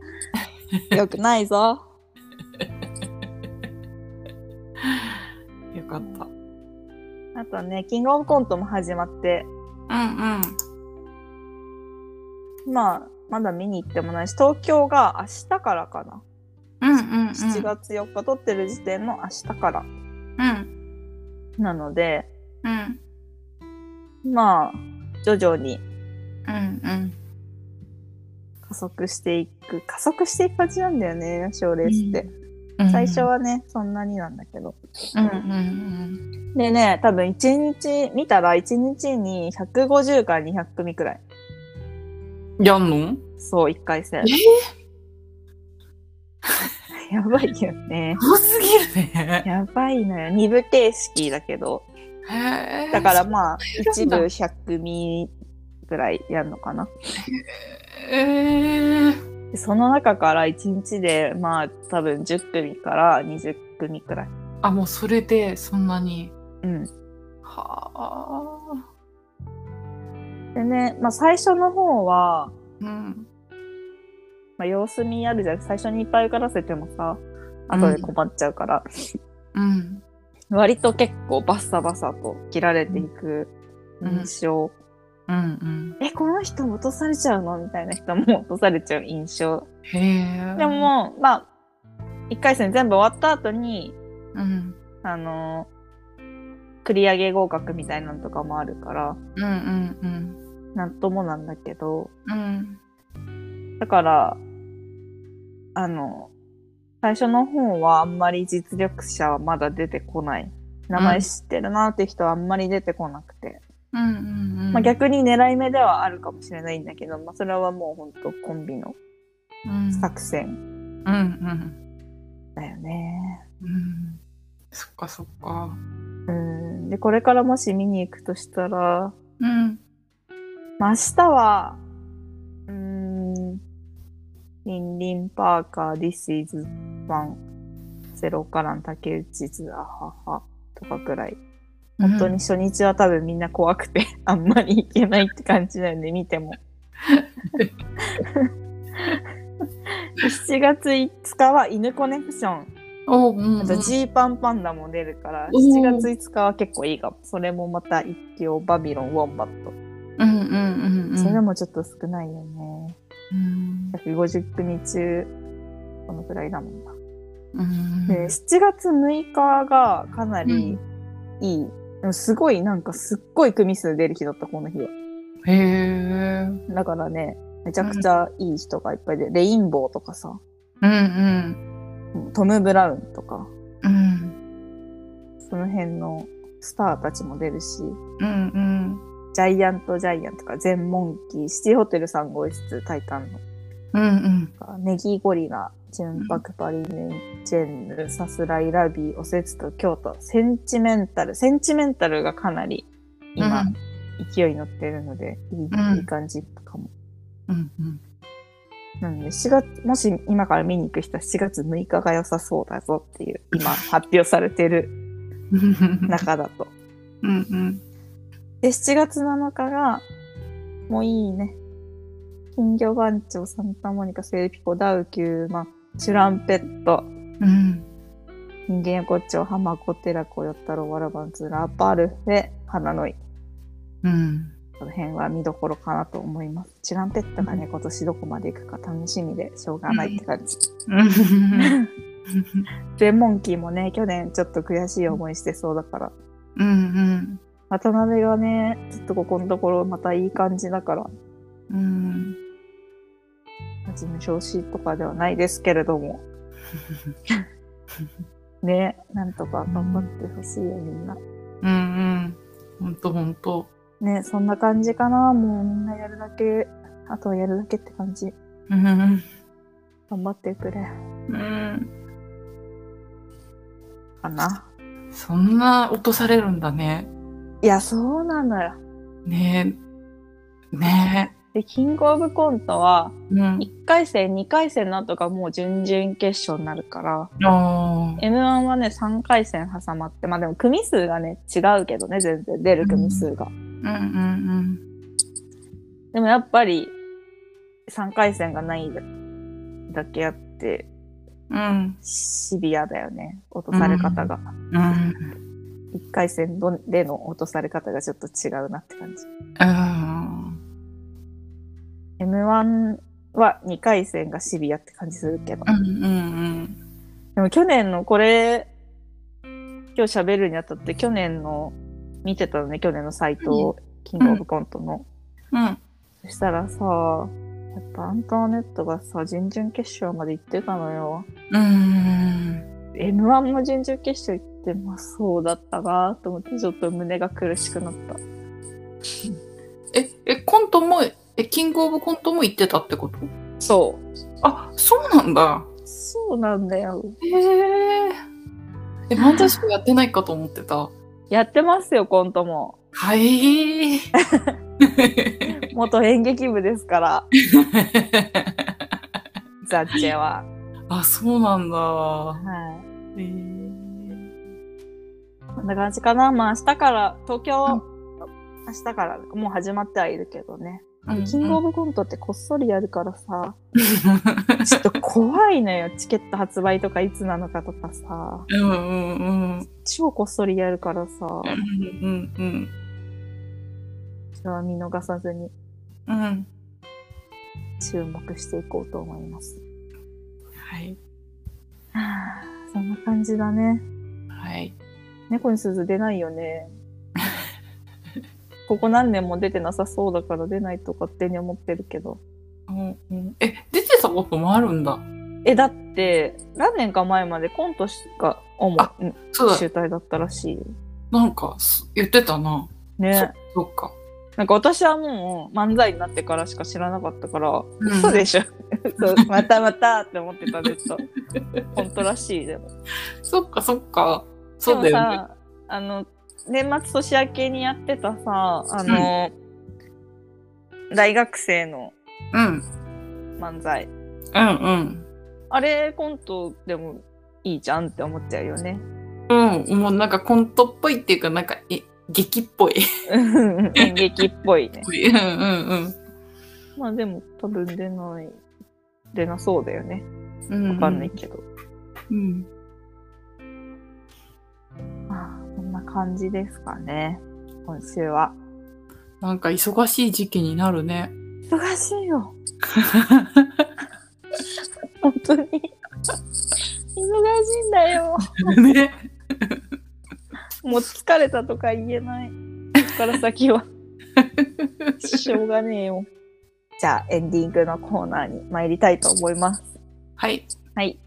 よくないぞ。
よかった。
あとね、キングオブコントも始まって、
うんうん。
まあ、まだ見に行ってもないし、東京が明日からかな。
うんうんうん。
7月4日撮ってる時点の明日から
うん
なので、
うん
まあ、徐々に
うんうん。
加速していく。加速していく感じなんだよね、賞レースって。
うん
最初。はね、そんなになんだけど。
うんうん
でね、多分1日、見たら1日に150から200組くらい。
うん。やんの
そう、1回戦
え。
やばいよね。
多すぎるね。
やばいのよ。2部形式だけど。
へへえ。
だからまあ、
そ
一
う
部
なんだ
100ミリぐらいやるのかな。
ええ。
でその中から1日で、まあ、多分10組から20組くらい。
あ、もうそれでそんなに。
うん。
はあ。
でね、まあ、最初の方は、
うん。
まあ、様子見やるじゃん。最初にいっぱい受からせてもさ、後で困っちゃうから、
うん。
割と結構バッサバサと切られていく印象。
うんうん。
え、この人も落とされちゃうのみたいな人も落とされちゃう印象。
へえ。
で、も、まあ、1回戦全部終わった後に、
うん。
あの繰り上げ合格みたいなのとかもあるから、
うんうんうん。
なんともなんだけど、
うん。
だから、あの、最初の方はあんまり実力者はまだ出てこない。名前知ってるなって人はあんまり出てこなくて。
うんうんうん。
まあ、逆に狙い目ではあるかもしれないんだけど、まあ、それはもうほんとコンビの
うん。
作戦
うんうん。
だよね。
うん。そっかそっか。
うん。で、これからもし見に行くとしたら、
うん。
まあ、明日は、うーん、リンリンパーカー、This is Fun、ゼロからの竹内図、あはは、とかくらい。
本
本当に。初日は多分みんな怖くて、 あんまり行けないって感じなんで、見て も。7月5日は犬コネクション。
おうん。
あとジーパンパンダも出るから、
おー
7月5日は結構いいかも。それもまた一強バビロン、ウォンバット。
うんうんうんうん。
それもちょっと少ないよね。
うん。
150組中、このくらいだもんな。
うん。
で、7月6日がかな
うん
りいい。でもすごい、なんかすっごい組数出る日だった、この日は。
へえ。
だからね、めちゃくちゃいい人がいっぱいで、レインボーとかさ、
うんうん。
トム・ブラウンとか、
うん。
その辺のスターたちも出るし、
うんうん。
ジャイアント・ジャイアントとか、全モンキー、シティホテル3号室、タイタンの
うんうん。
とか、ネギゴリラ、チュンパクパリメン、ジェンヌ、サスライラビー、オセツと京都、センチメンタル、センチメンタルがかなり今、
うん
勢いに乗ってるので、いい,、
うん
いい感じかも。
うんうん。
なので、4月、もし今から見に行く人は7月6日が良さそうだぞっていう、今発表されてる中だと。
うんうん。
で、7月7日が、もういいね。金魚番長、サンタモニカ、セイピコ、ダウキューマン、シュランペット、
うん。
人間横丁、ハマコ、テラコ、ヨッタロ、ワラバンツ、ラパルフェ、花の井。
うん。
この辺は見どころかなと思います。シュランペットがね、今年どこまで行くか楽しみでしょうがないって感じ。
うん。
で、モンキーもね、去年ちょっと悔しい思いしてそうだから。
うん
渡辺がね、ちょっとここのところまたいい感じだから、
うん。
事務所しとかではないですけれど も、ね、なんとか頑張ってほしいよ、みんな。
うんうん。ほんとほんと。
ね、そんな感じかな。もうみんなやるだけ、あとはやるだけって感じ。
うん。
頑張ってくれ。
うん。
かな。
そんな落とされるんだね。
いや、そうなのよ。
ねえ。ね
で、キングオブコントは
え。、うん。
1回戦、2回戦の後がもう準々決勝になるから、
あ
M1 はね、3回戦挟まって、まあでも組数がね、違うけどね、全然出る組数が。
うんうん
でもやっぱり、3回戦がないだけあって、
うん。うん。
シビアだよね、落とされ方が。
うん。
1回戦での落とされ方がちょっと違うなって感じ。
うん。
M1 は2回戦がシビアって感じするけど。
うんうん
でも去年のこれ、今日喋るにあたって去年の、見てたのね、去年のサイト、キングオブコントの。
うん。
そしたらさ、やっぱアントワネットがさ、準々決勝まで行ってたのよ。
うん。
M1 も準々決勝行って、まあそうだったなと思って、ちょっと胸が苦しくなった。
え、え、コントも、え、キングオブコントも行ってたってこと
そう。
あ、そうなんだ。
そうなんだよ。
へえ。え、漫才しかやってないかと思ってた。
やってますよ、コントも。
はい。
元演劇部です から、ザッチェは。
あ、そうなんだ。
は
えー
い。こんな感じかな。まあ明日から、東京、明日からもう始まってはいるけどね。キングオブコントってこっそりやるから さ、ちょっと怖いのよ。チケット発売とかいつなのかとかさ、
うんうんうん
超こっそりやるからさ、
うんうん
それは見逃さずに
うんうん
注目していこうと思います。
はい
はあそんな感じだね。
はい
猫に鈴出ないよ ね。ここ何年も出てなさそうだから出ないと勝手に思ってるけど。
うんうんえ出てたこともあるんだ
え、だって、何年か前までコントしか主
あ
うん
そうだ
主体だったらしいよ。
なんかす言ってたな、
ね。
そそっか
なんか私はもう漫才になってからしか知らなかったから、
ん
嘘でしょ そうまたまたって思ってたずっ と。本当らしいでも。
そっかそっかそうだ
で
よ
も
ね
さあの年末年明けにやってたさあの、大学生の
うん
漫才
うんうん
あれコントでもいいじゃんって思っちゃうよね。
うん、もうなんかコントっぽいっていうか、なんか、え、劇っぽい。
うん演劇っぽいね。
うんうん
まあでも多分出ない出なそうだよね。
うん。うん
わかんない。けど。
うん。
まあこんな感じですかね今週は。
なんか忙しい時期になるね。
忙しいよ本当に忙しいんだよ。
ね。
もう疲れたとか言えない。ここから先は。しょうがねえよ。じゃあ、エンディングのコーナーに参りたいと思います。
はい。
はい。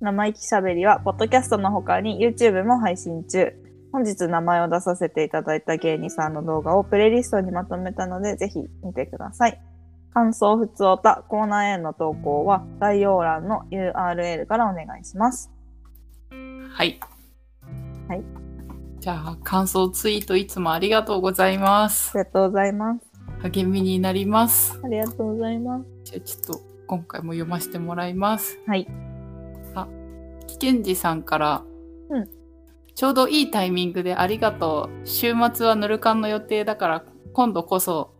生意気しゃべりは、ポッドキャストの他に YouTube も配信中。本日名前を出させていただいた芸人さんの動画をプレイリストにまとめたので、ぜひ見てください。感想、ふつおた、コーナーへの投稿は概要欄の URL からお願いします。
はい。
はい。
じゃあ、感想ツイートいつもありがとうございま
あ
す。
りがとうございます。
励みになります。
ありがとうございます。
じゃあ、ちょっと今回も読ませてもらいます。
はい。
危険児さんから、
うん
ちょうどいいタイミングでありがとう。週末はぬるかんの予定だから、今度こそ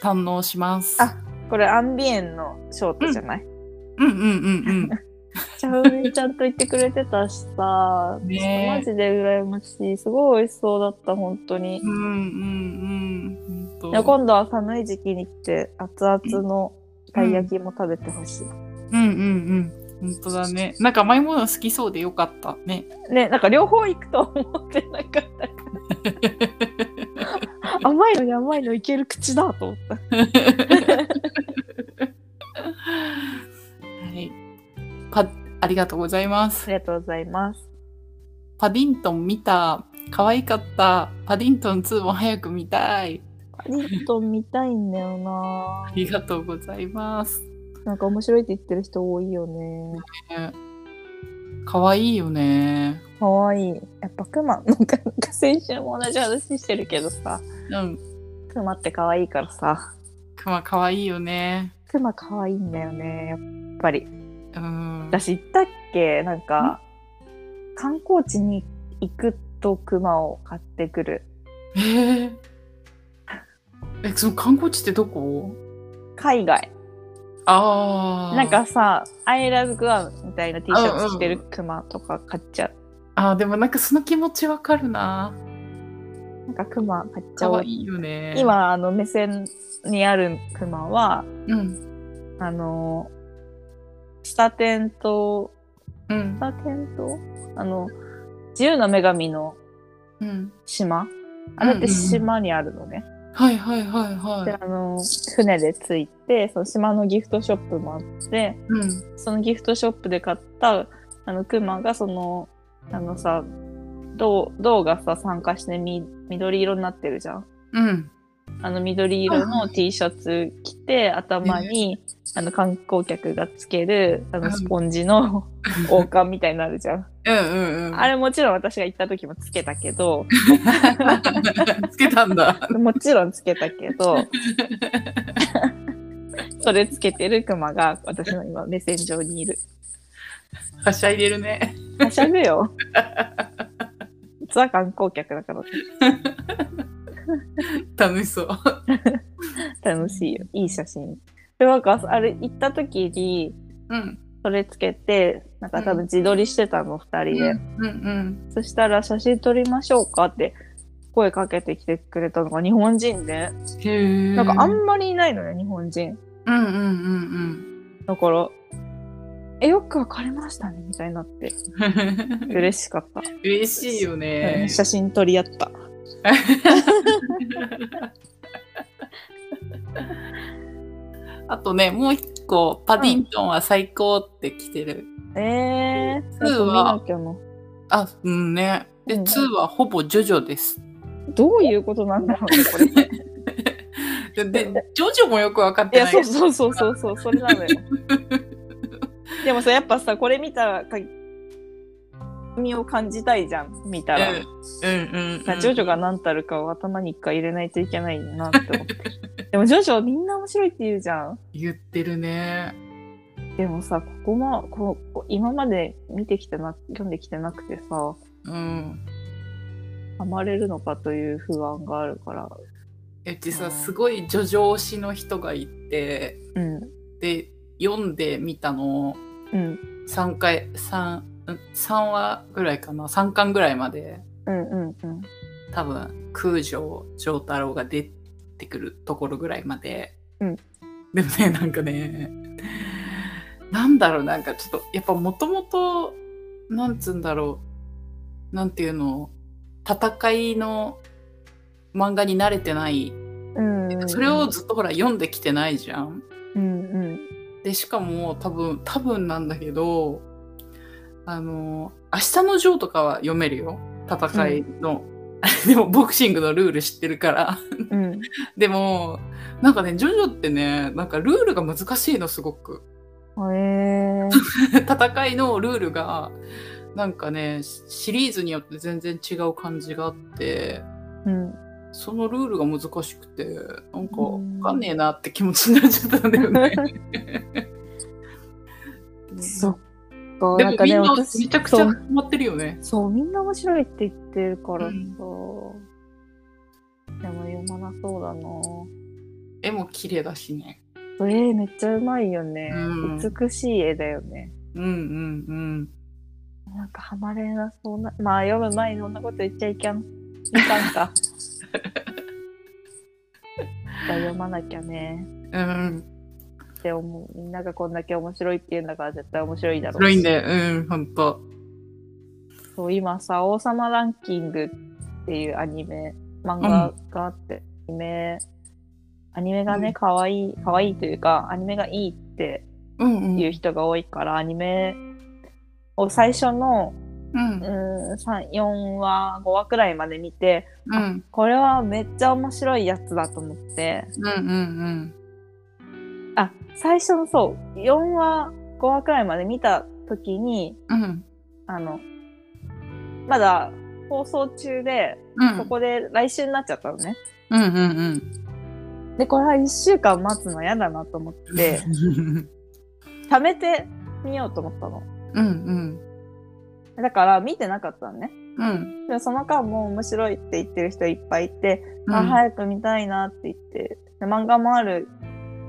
堪能します。
あこれアンビエンのショートじゃない、
うんうん うん
ちゃうねちゃんと言ってくれてたしさ、
ねえ
マジで羨ましいすごい美味しそうだった本当に、
うん。うんうんうん。ほんと
いや今度は寒い時期に来て熱々のたい焼きも食べてほしい、
うんうんうん。本当だね。なんか甘いもの好きそうでよかったね。
ねなんか両方行くと思ってなかった 甘いのに甘いのいける口だと思った
はい。パ、ありがとうございま
あ
す。
りがとうございます
パディントン見た。可愛かった。パディントン2も早く見たい。
リットン見たいんだよな
ありがとうございます。
なんか面白いって言ってる人多いよね
可愛いよね。
かわいいやっぱクマなんかなんか先週も同じ話してるけどさ
うん。
クマって可愛いからさ。
クマ可愛いよね。
クマ可愛いんだよね、やっぱり。
うん。
私言ったっけなんか、観光地に行くとクマを買ってくる。
えー、え、その観光地ってどこ
海外。
ああ。
なんかさ、I love Guam みたいな T シャツ着てるクマとか買っちゃう。
あーでもなんかその気持ちわかるな。
なんかクマ買っちゃ
可
う
愛。いよね。。
今、あの、目線にあるクマは、
うん。
あの、スタテンと、
う
ス
ん。
タテンとあの、自由の女神の
うん。
島あれって島にあるのね。
はいはいはいは
で
い。
あの船で着いてその島のギフトショップもあって
うん。
そのギフトショップで買ったあのクマがそのあのさ銅銅がさ酸化してみ緑色になってるじゃん
うん。
あの緑色の T シャツ着て、頭に、あの観光客がつけるあ
う
の
ん
スポンジの 王冠みたいになるじゃん。
うんうんうん。
あれもちろん私が行った時もつけたけど、
つけたんだ。
もちろんつけたけ ど、それつけてるクマが私の今目線上にいる。
はしゃいでるね。
はしゃぐよ。実は観光客だから
楽しそう。
楽しいよ。いい写真。で、なんか、あれ行った時に、
うん。
それつけて、なんか多分自撮りしてたの、二人で。
うんうん。
そしたら写真撮りましょうかって声かけてきてくれたのが日本人で、
へえ。
なんかあんまりいないのね、日本人。
うんうんうん
だから、え、よくわかりましたね、みたいになって。
うん。
嬉しかった。
嬉しいよ
うん
ね。
写真撮り合った。
あとね、もう一個、パディントンは最高って来てる。
えー、
ツーは
なんか見なきゃな
あ、うんね。で、
うん
2はほぼジョジョです。
どういうことなんだろうね、これ。 い
で、でジョジョもよく分かって
や、
ない。
そうそうそうそうそう、それな のよ。でもさ、やっぱさ、これ見たら、か身を感じたいじゃん、見たら。
うんうんうん、うん。
ジョジョが何たるかを頭に一回入れないといけないなって思って。でもジョジョみんな面白いって言うじゃん。
言ってるね。
でもさ、ここも、こうこう今まで見てきてな、読んできてなくてさ、
うん。
ハマれるのかという不安があるから。
うちさ、すごいジョジョ推しの人がいて、
うん。
で、読んでみたのを
うん。
3回、三ん三話ぐらいかな、3巻ぐらいまで、
うんうんうん。
多分、空城城太郎が出てくるところぐらいまで。
うん
でもね、なんかね、なんだろう、なんかちょっと、やっぱもともと、なんつうんだろう、なんていうの、戦いの漫画に慣れてない。
うんうんうん
それをずっとほら、読んできてないじゃん。
うんうん。
でしかも多分多分なんだけどあの「明日のジョー」とかは読めるよ戦いの、 でもボクシングのルール知ってるから
うん。
でもなんかねジョジョってねなんかルールが難しいのすごく
へ え
戦いのルールがなんかねシリーズによって全然違う感じがあって
うん。
そのルールが難しくてなんか
うん
わかんねえなって気持ちになっちゃったんだよね
そっか。
で
な
も
んか
み
ね、
んな
私、
めちゃくちゃ
そう
ハマってるよね。
そう、みんな面白いって言ってるからさ。
うん
でも読まなそうだな。
絵も綺麗だしね。
えー、めっちゃうまいよね、
うん
美しい絵だよね。
うんうん
なんかハマれなそうな。まあ読む前にそんなこと言っちゃいけん。いか んか。じゃあ読まなきゃね。
うん。うん。
って思う。みんながこんだけ面白いって言うんだから絶対面白いだろうし。
黒いんだよ。うん、ほんと。
そう今さ、王様ランキングっていうアニメ、漫画があって、アニメ、アニメが
うん
ね、可愛い可愛いというか、アニメがいいって
うんうん。
いう人が多いから、アニメを最初の
うん。
うーん3 4話5話くらいまで見て
うん。
これはめっちゃ面白いやつだと思って
うんうん
あ最初のそう4話5話くらいまで見た時に
うん。うん。
あのまだ放送中で
うん。
そこで来週になっちゃったのね、
うんうんうん。
でこれは1週間待つの嫌だなと思って
うん
貯めてみようと思ったの
うん。
だから見てなかったのね
うん。
でもその間も面白いって言ってる人いっぱいいて
うん。
あ
い。
早く見たいなって言ってで漫画もある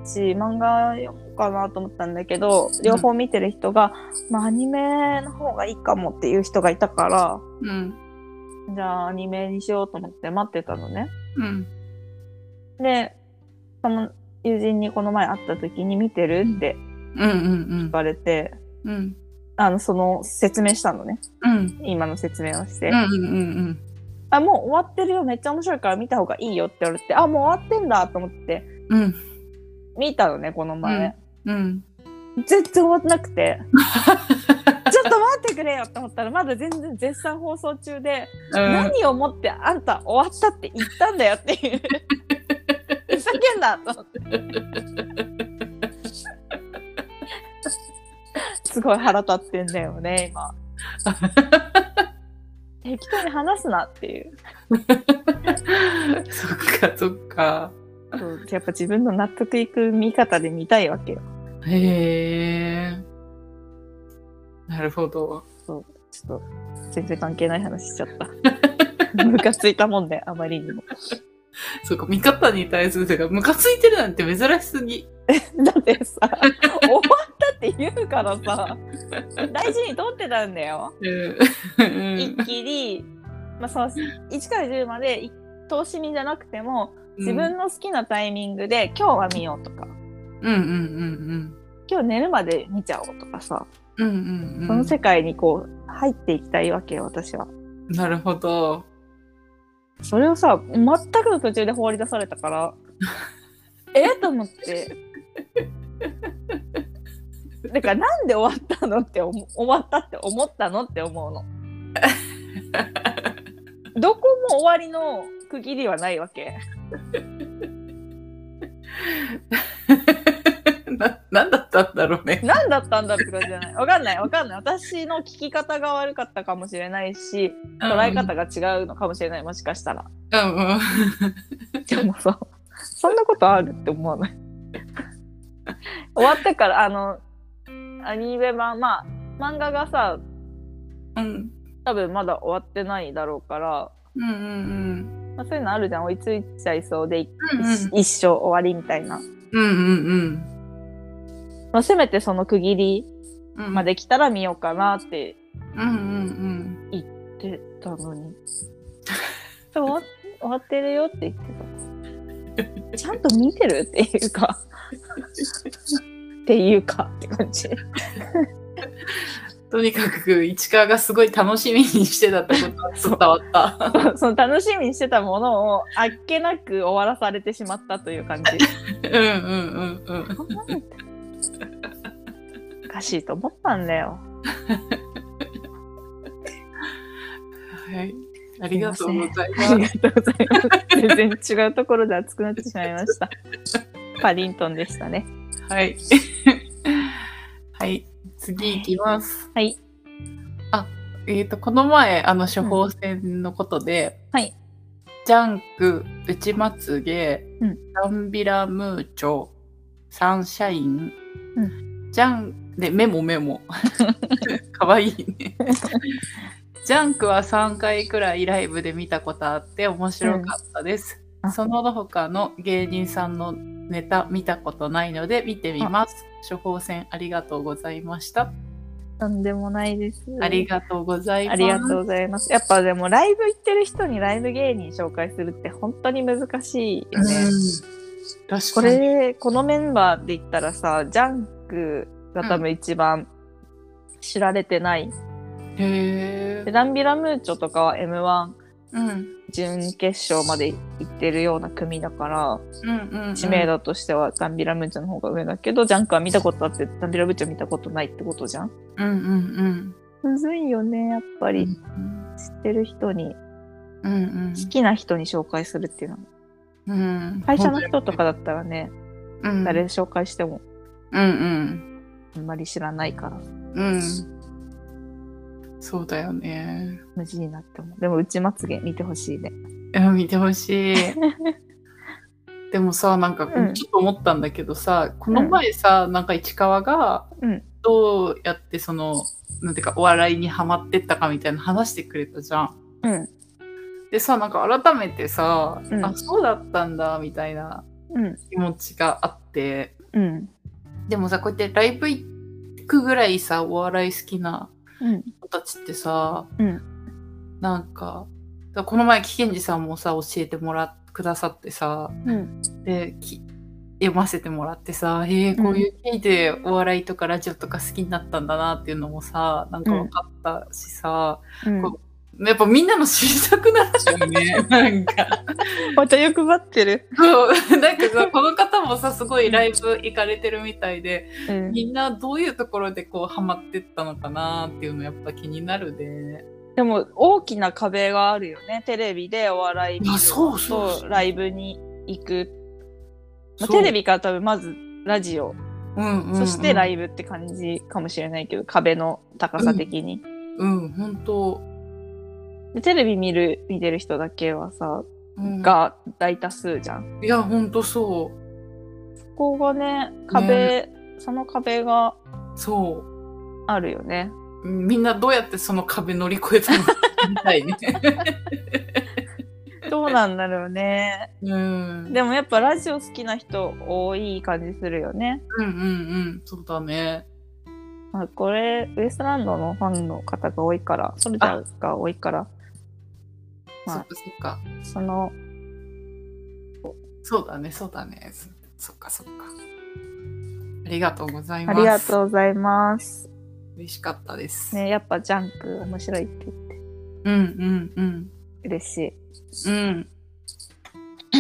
し漫画読もうかなと思ったんだけど両方見てる人が、まあ、アニメの方がいいかもっていう人がいたから
うん。
じゃあアニメにしようと思って待ってたのね。
うん。
でその友人にこの前会った時に見てるって
うんうん
言われて
うん。うん。
あのその説明したのね
うん。
今の説明をして、
うんうんうん
あもう終わってるよめっちゃ面白いから見た方がいいよって言われてあもう終わってんだと思って
うん。うん。
見たのねこの前。
うんうん。
全然終わってなく てちょっと待ってくれよって思ったらまだ全然絶賛放送中で、
うん。
何をもってあんた終わったって言ったんだよっていうだと思って。すごい腹立ってんだよね、今。適当に話すなっていう。
そっかそっか。
そうやっぱ自分の納得いく見方で見たいわけよ。
へえ。なるほど。
ちょっと全然関係ない話しちゃった。ムカついたもんで、あまりにも。
そうか、見方に対するというか、ムカついてるなんて珍しすぎ。
だってさ、終わったって言うからさ、大事に取ってたんだよ。
うん。
一気に、まあ、その1から10までい投資見じゃなくても自分の好きなタイミングで、今日は見ようとか
うんうんうん
今日寝るまで見ちゃおうとかさ
うん。うんうんうん。
その世界にこう入っていきたいわけよ私は。
なるほど。
それをさ全くの途中で放り出されたから えと思って。だからなんで終わったのって思終わったって思ったのって思う の。どこも終わりの区切りはないわけ。
な、なんだったんだろうね。
何だったんだって感じじゃないわかんないわかんない私の聞き方が悪かったかもしれないし 捉え方が違うのかもしれないもしかしたら
うんうん。
でもさそんなことあるって思わない終わってからあのアニメ版まあ漫画がさ
うん。
多分まだ終わってないだろうから、
うんうん
まあ、そういうのあるじゃん追いついちゃいそうで、い
うん。うんうん。
一生終わりみたいな、
うんうん
まあ、せめてその区切り
うん。
ま。で来たら見ようかなって
うんうん
ってたのにでも終わってるよって言ってたちゃんと見てるっていうかっていうかって感じ
うん。とにかく、市川がすごい楽しみにしてたってことが伝わった。
その楽しみにしてたものをあっけなく終わらされてしまったという感じ
うんうんうんうん。
おかしいと思ったんだよ
はい。ありがとうございま
あ
す。
りがとうございます全然違うところで熱くなってしまいましたパリントンでしたね
はい。 はい。次いきます。
はい。
あ、えっ、と、この前、あの、処方箋のことで、
うんはい。
ジャンク、内まつげ、
うん
ダンビラムーチョ、サンシャイン、
う
ジャン、で、メモメモ。 かわいい ね。ジャンクは3回くらいライブで見たことあって面白かったです。
うんあ
その他の芸人さんのネタ見たことないので見てみます。処方箋ありがとうございました。
なんでもないです
ありがとうございます。
ありがとうございます。やっぱでもライブ行ってる人にライブ芸人紹介するって本当に難しいよね。
うん確
こ
かに。
れ、このメンバーで言ったらさ、ジャンクが多分一番知られてない。
へ
で
ー
ダンビラムーチョとかは M1
うんうん
準決勝まで行ってるような組だから、
うんうん
知名度としてはダンビラムーチョの方が上だけど、ジャンクは見たことあって、ダンビラムーチョ見たことないってことじゃん
うんうんうん
むずいよね、やっぱり。知
うん
ってる人に、
うん
好きな人に紹介するっていうのは。
うん
会社の人とかだったらね、
うん
誰紹介しても
うんうん
あんまり知らないから
うんそうだよね
無事になってもでもうちまつげ見てほしいね
うん見て ほしいでもさなんか
うん
ちょっと思ったんだけどさ、この前さなんか市川が
うん
どうやってそのなんていうかお笑いにハマってったかみたいな話してくれたじゃん
うん
でさなんか改めてさ、
うん
あそうだったんだみたいな
うん
気持ちがあって
うん
でもさこうやってライブ行くぐらいさお笑い好きな
うん
人たちってさ、
うん
なんかだからこの前危険児さんもさ教えてもらっくださってさ
うん
でき読ませてもらってさへえ
うん
こういう経緯でお笑いとかラジオとか好きになったんだなっていうのもさなんか分かったしさ、
うん
こやっぱみんなの知りたくなっちゃうね なんか。
また欲張ってる
そうなんかさこの方もさすごいライブ行かれてるみたいで
うん
みんなどういうところでこうハマってったのかなっていうのやっぱ気になるで
でも大きな壁があるよねテレビでお笑い見るのと
あそうそうそう
ライブに行くまあ、
そう
テレビから多分まずラジオ、
うんうんうん、
そしてライブって感じかもしれないけど、壁の高さ的に。
うん本当、
でテレビ見る、見てる人だけはさ、
うん、
が大多数じゃん。
いや本当そう
そこがね、壁、その壁が
そう
あるよね。
みんなどうやってその壁乗り越えた のかみたいね。
どうなんだろうね。
うん。
でもやっぱラジオ好きな人多い感じするよね。
うんうんうん。そうだね。
まあ、これ、ウエストランドのファンの方が多いから、ソルジャーが多いから、まあ
そっかそっか。
その、
そうだね、そうだね。そそっかそっか。ありがとうござい
あ
ます。
りがとうございます。
嬉しかったです。
ね、やっぱジャンク面白いって
うんうんうん。
嬉しい。
うん。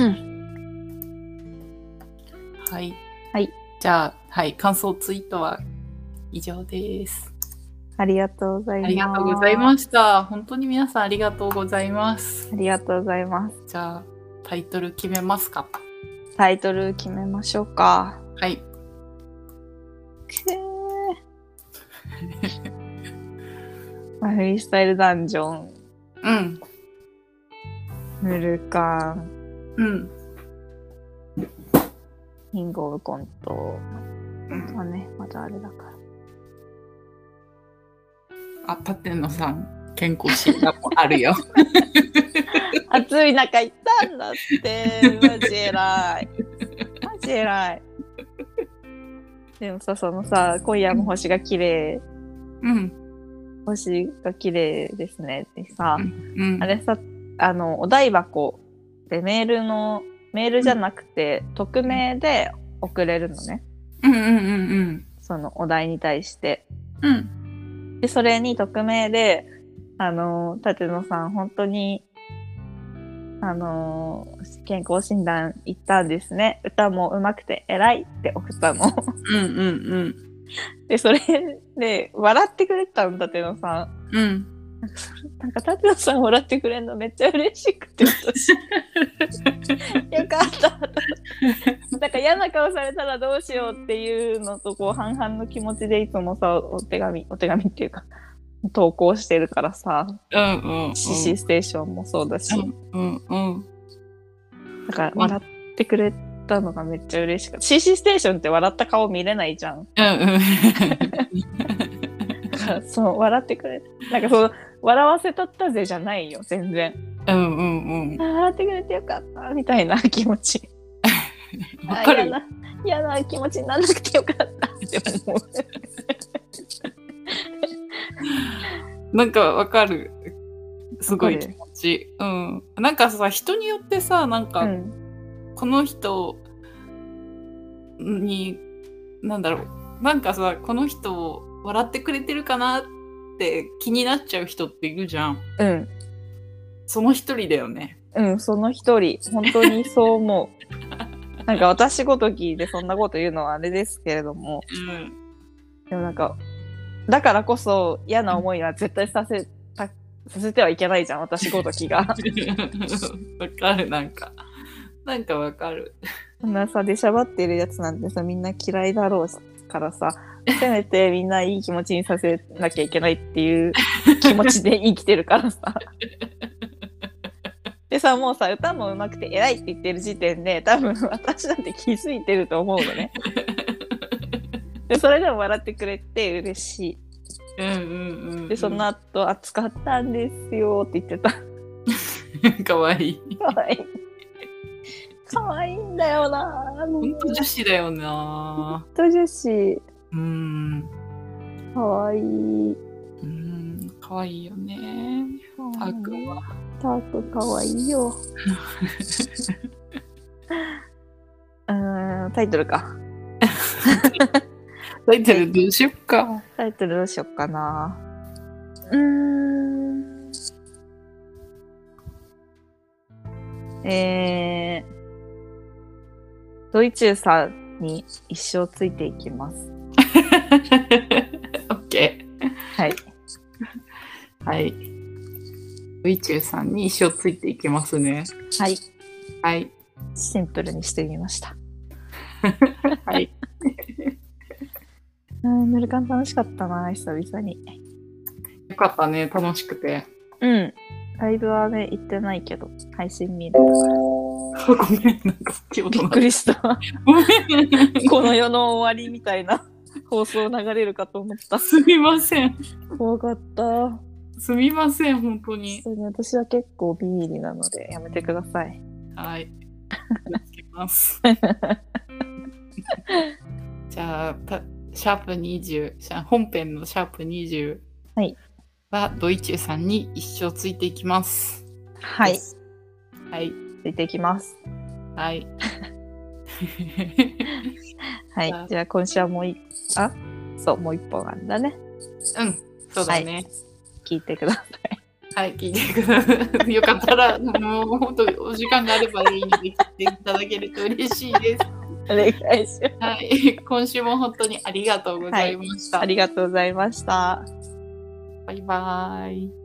はい。
はい。
じゃあ、はい。感想ツイートは以上です。
ありがとうございます。
ありがとうございました。本当に皆さんありがとうございます。
ありがとうございます。
じゃあ、タイトル決めますか。
タイトル決めましょうか。
はい。
くせーまあ フリースタイルダンジョン、
うん。
ヌルカン、
うん。
キングオブコント、本当はね、まだあれだから。
あ、舘野さん、健康診断もあるよ。
暑い中行ったんだってマジ偉いマジ偉いでもさそのさ「今夜も星が綺麗
うん。
星が綺麗ですね」ってさ、
うん。
あれさあのお台箱でメールのメールじゃなくて、匿名で送れるのね
うんうんうん
そのお題に対して
うん。うん。
でそれに匿名であの舘野さん本当にあの健康診断行ったんですね歌もうまくて偉いって送ったの
うんうん
でそれで笑ってくれたの舘野さん
うん。うん。
なんか舘野さん笑ってくれるのめっちゃ嬉しくて私よかったなんか嫌な顔されたらどうしようっていうのとこう半々の気持ちでいつもさお手紙お手紙っていうか投稿してるからさ
うんうんうん。
シシステーションもそうだし、
うんうん。
だから
まあ
笑ってくれたのがめっちゃ嬉しかった。CC ステーションって笑った顔見れないじゃん。
うんうん。
だからその笑ってくれ、なんかその笑わせたったぜじゃないよ、全然。
うんうんうん
あ。ー笑ってくれてよかった、みたいな気持ち。
わかる
あー嫌な、嫌な気持ちにならなくてよかったって思う。
なんかわかる。すごい
わか
気
る
持ちいい。うん。なんかさ、人によってさ、なんか、
うん。
この人になんだろうなんかさこの人を笑ってくれてるかなって気になっちゃう人っているじゃん
うん。
その一人だよね
うん、その一人、本当にそう思う。なんか私ごときでそんなこと言うのはあれですけれども、
うん
でもなんか、だからこそ嫌な思いは絶対させた、させてはいけないじゃん、私ごときが。
わかるなんかなんかわかる
そんなさ、出しゃばってるやつなんてさ、みんな嫌いだろうからさ、せめてみんないい気持ちにさせなきゃいけないっていう 気持ちで生きてるからさ。 でさ、もうさ、歌も上手くて偉いって言ってる時点で、多分私なんて気づいてると思う のね。でそれでも笑ってくれて嬉しい。
うんうんうん
で、その後、暑かったんですよって言 ってた。
かわいい
かわいい。かわいいんだよな。
ほんと
本
女子だよな
当女子。
うん
かわいい。
うんかわいいよねたーくんは
タークかわいい よ。うーん、タイトルか。
タイトルどうしよっ か
タイトルどうしよっかな。うーん。えー、ドイチューさんに一生ついていきます。
オッケ
はい。
ー。はい。ウィチューさんに一生ついていきますね。
はい。
はい。
シンプルにしてみました。
はい。
うん、ぬるかん楽しかったな、久々に。
よかったね、楽しくて。
うん。ライブはね、行ってないけど、配信見れたから。
ごめん、なんか、気を
びっくり した。
ごめん。
この世の終わりみたいな放送流れるかと思った。
すみません。
怖かった。本
すみません、本当に。
当に私は結構ビビリなので、やめてください。
はい。気をつけます。 じゃあ、たシャープ20、シャ本編のシャープ20
はい
はドイチューさんに一生ついていきます。
はい。。
はい。
ついていきます。
はい。
はい
あ。
じゃあ今週はもうい、あそう、もう一本あんだね。
うん、そうだね。
聞いてください。
はい、聞いてください。よかったら、もう本当にお時間があればいいので、聞いていただけると嬉しいです。
お願いします。
はい、今週も本当にありがとうございました。
ありがとうございました。
バイバイ。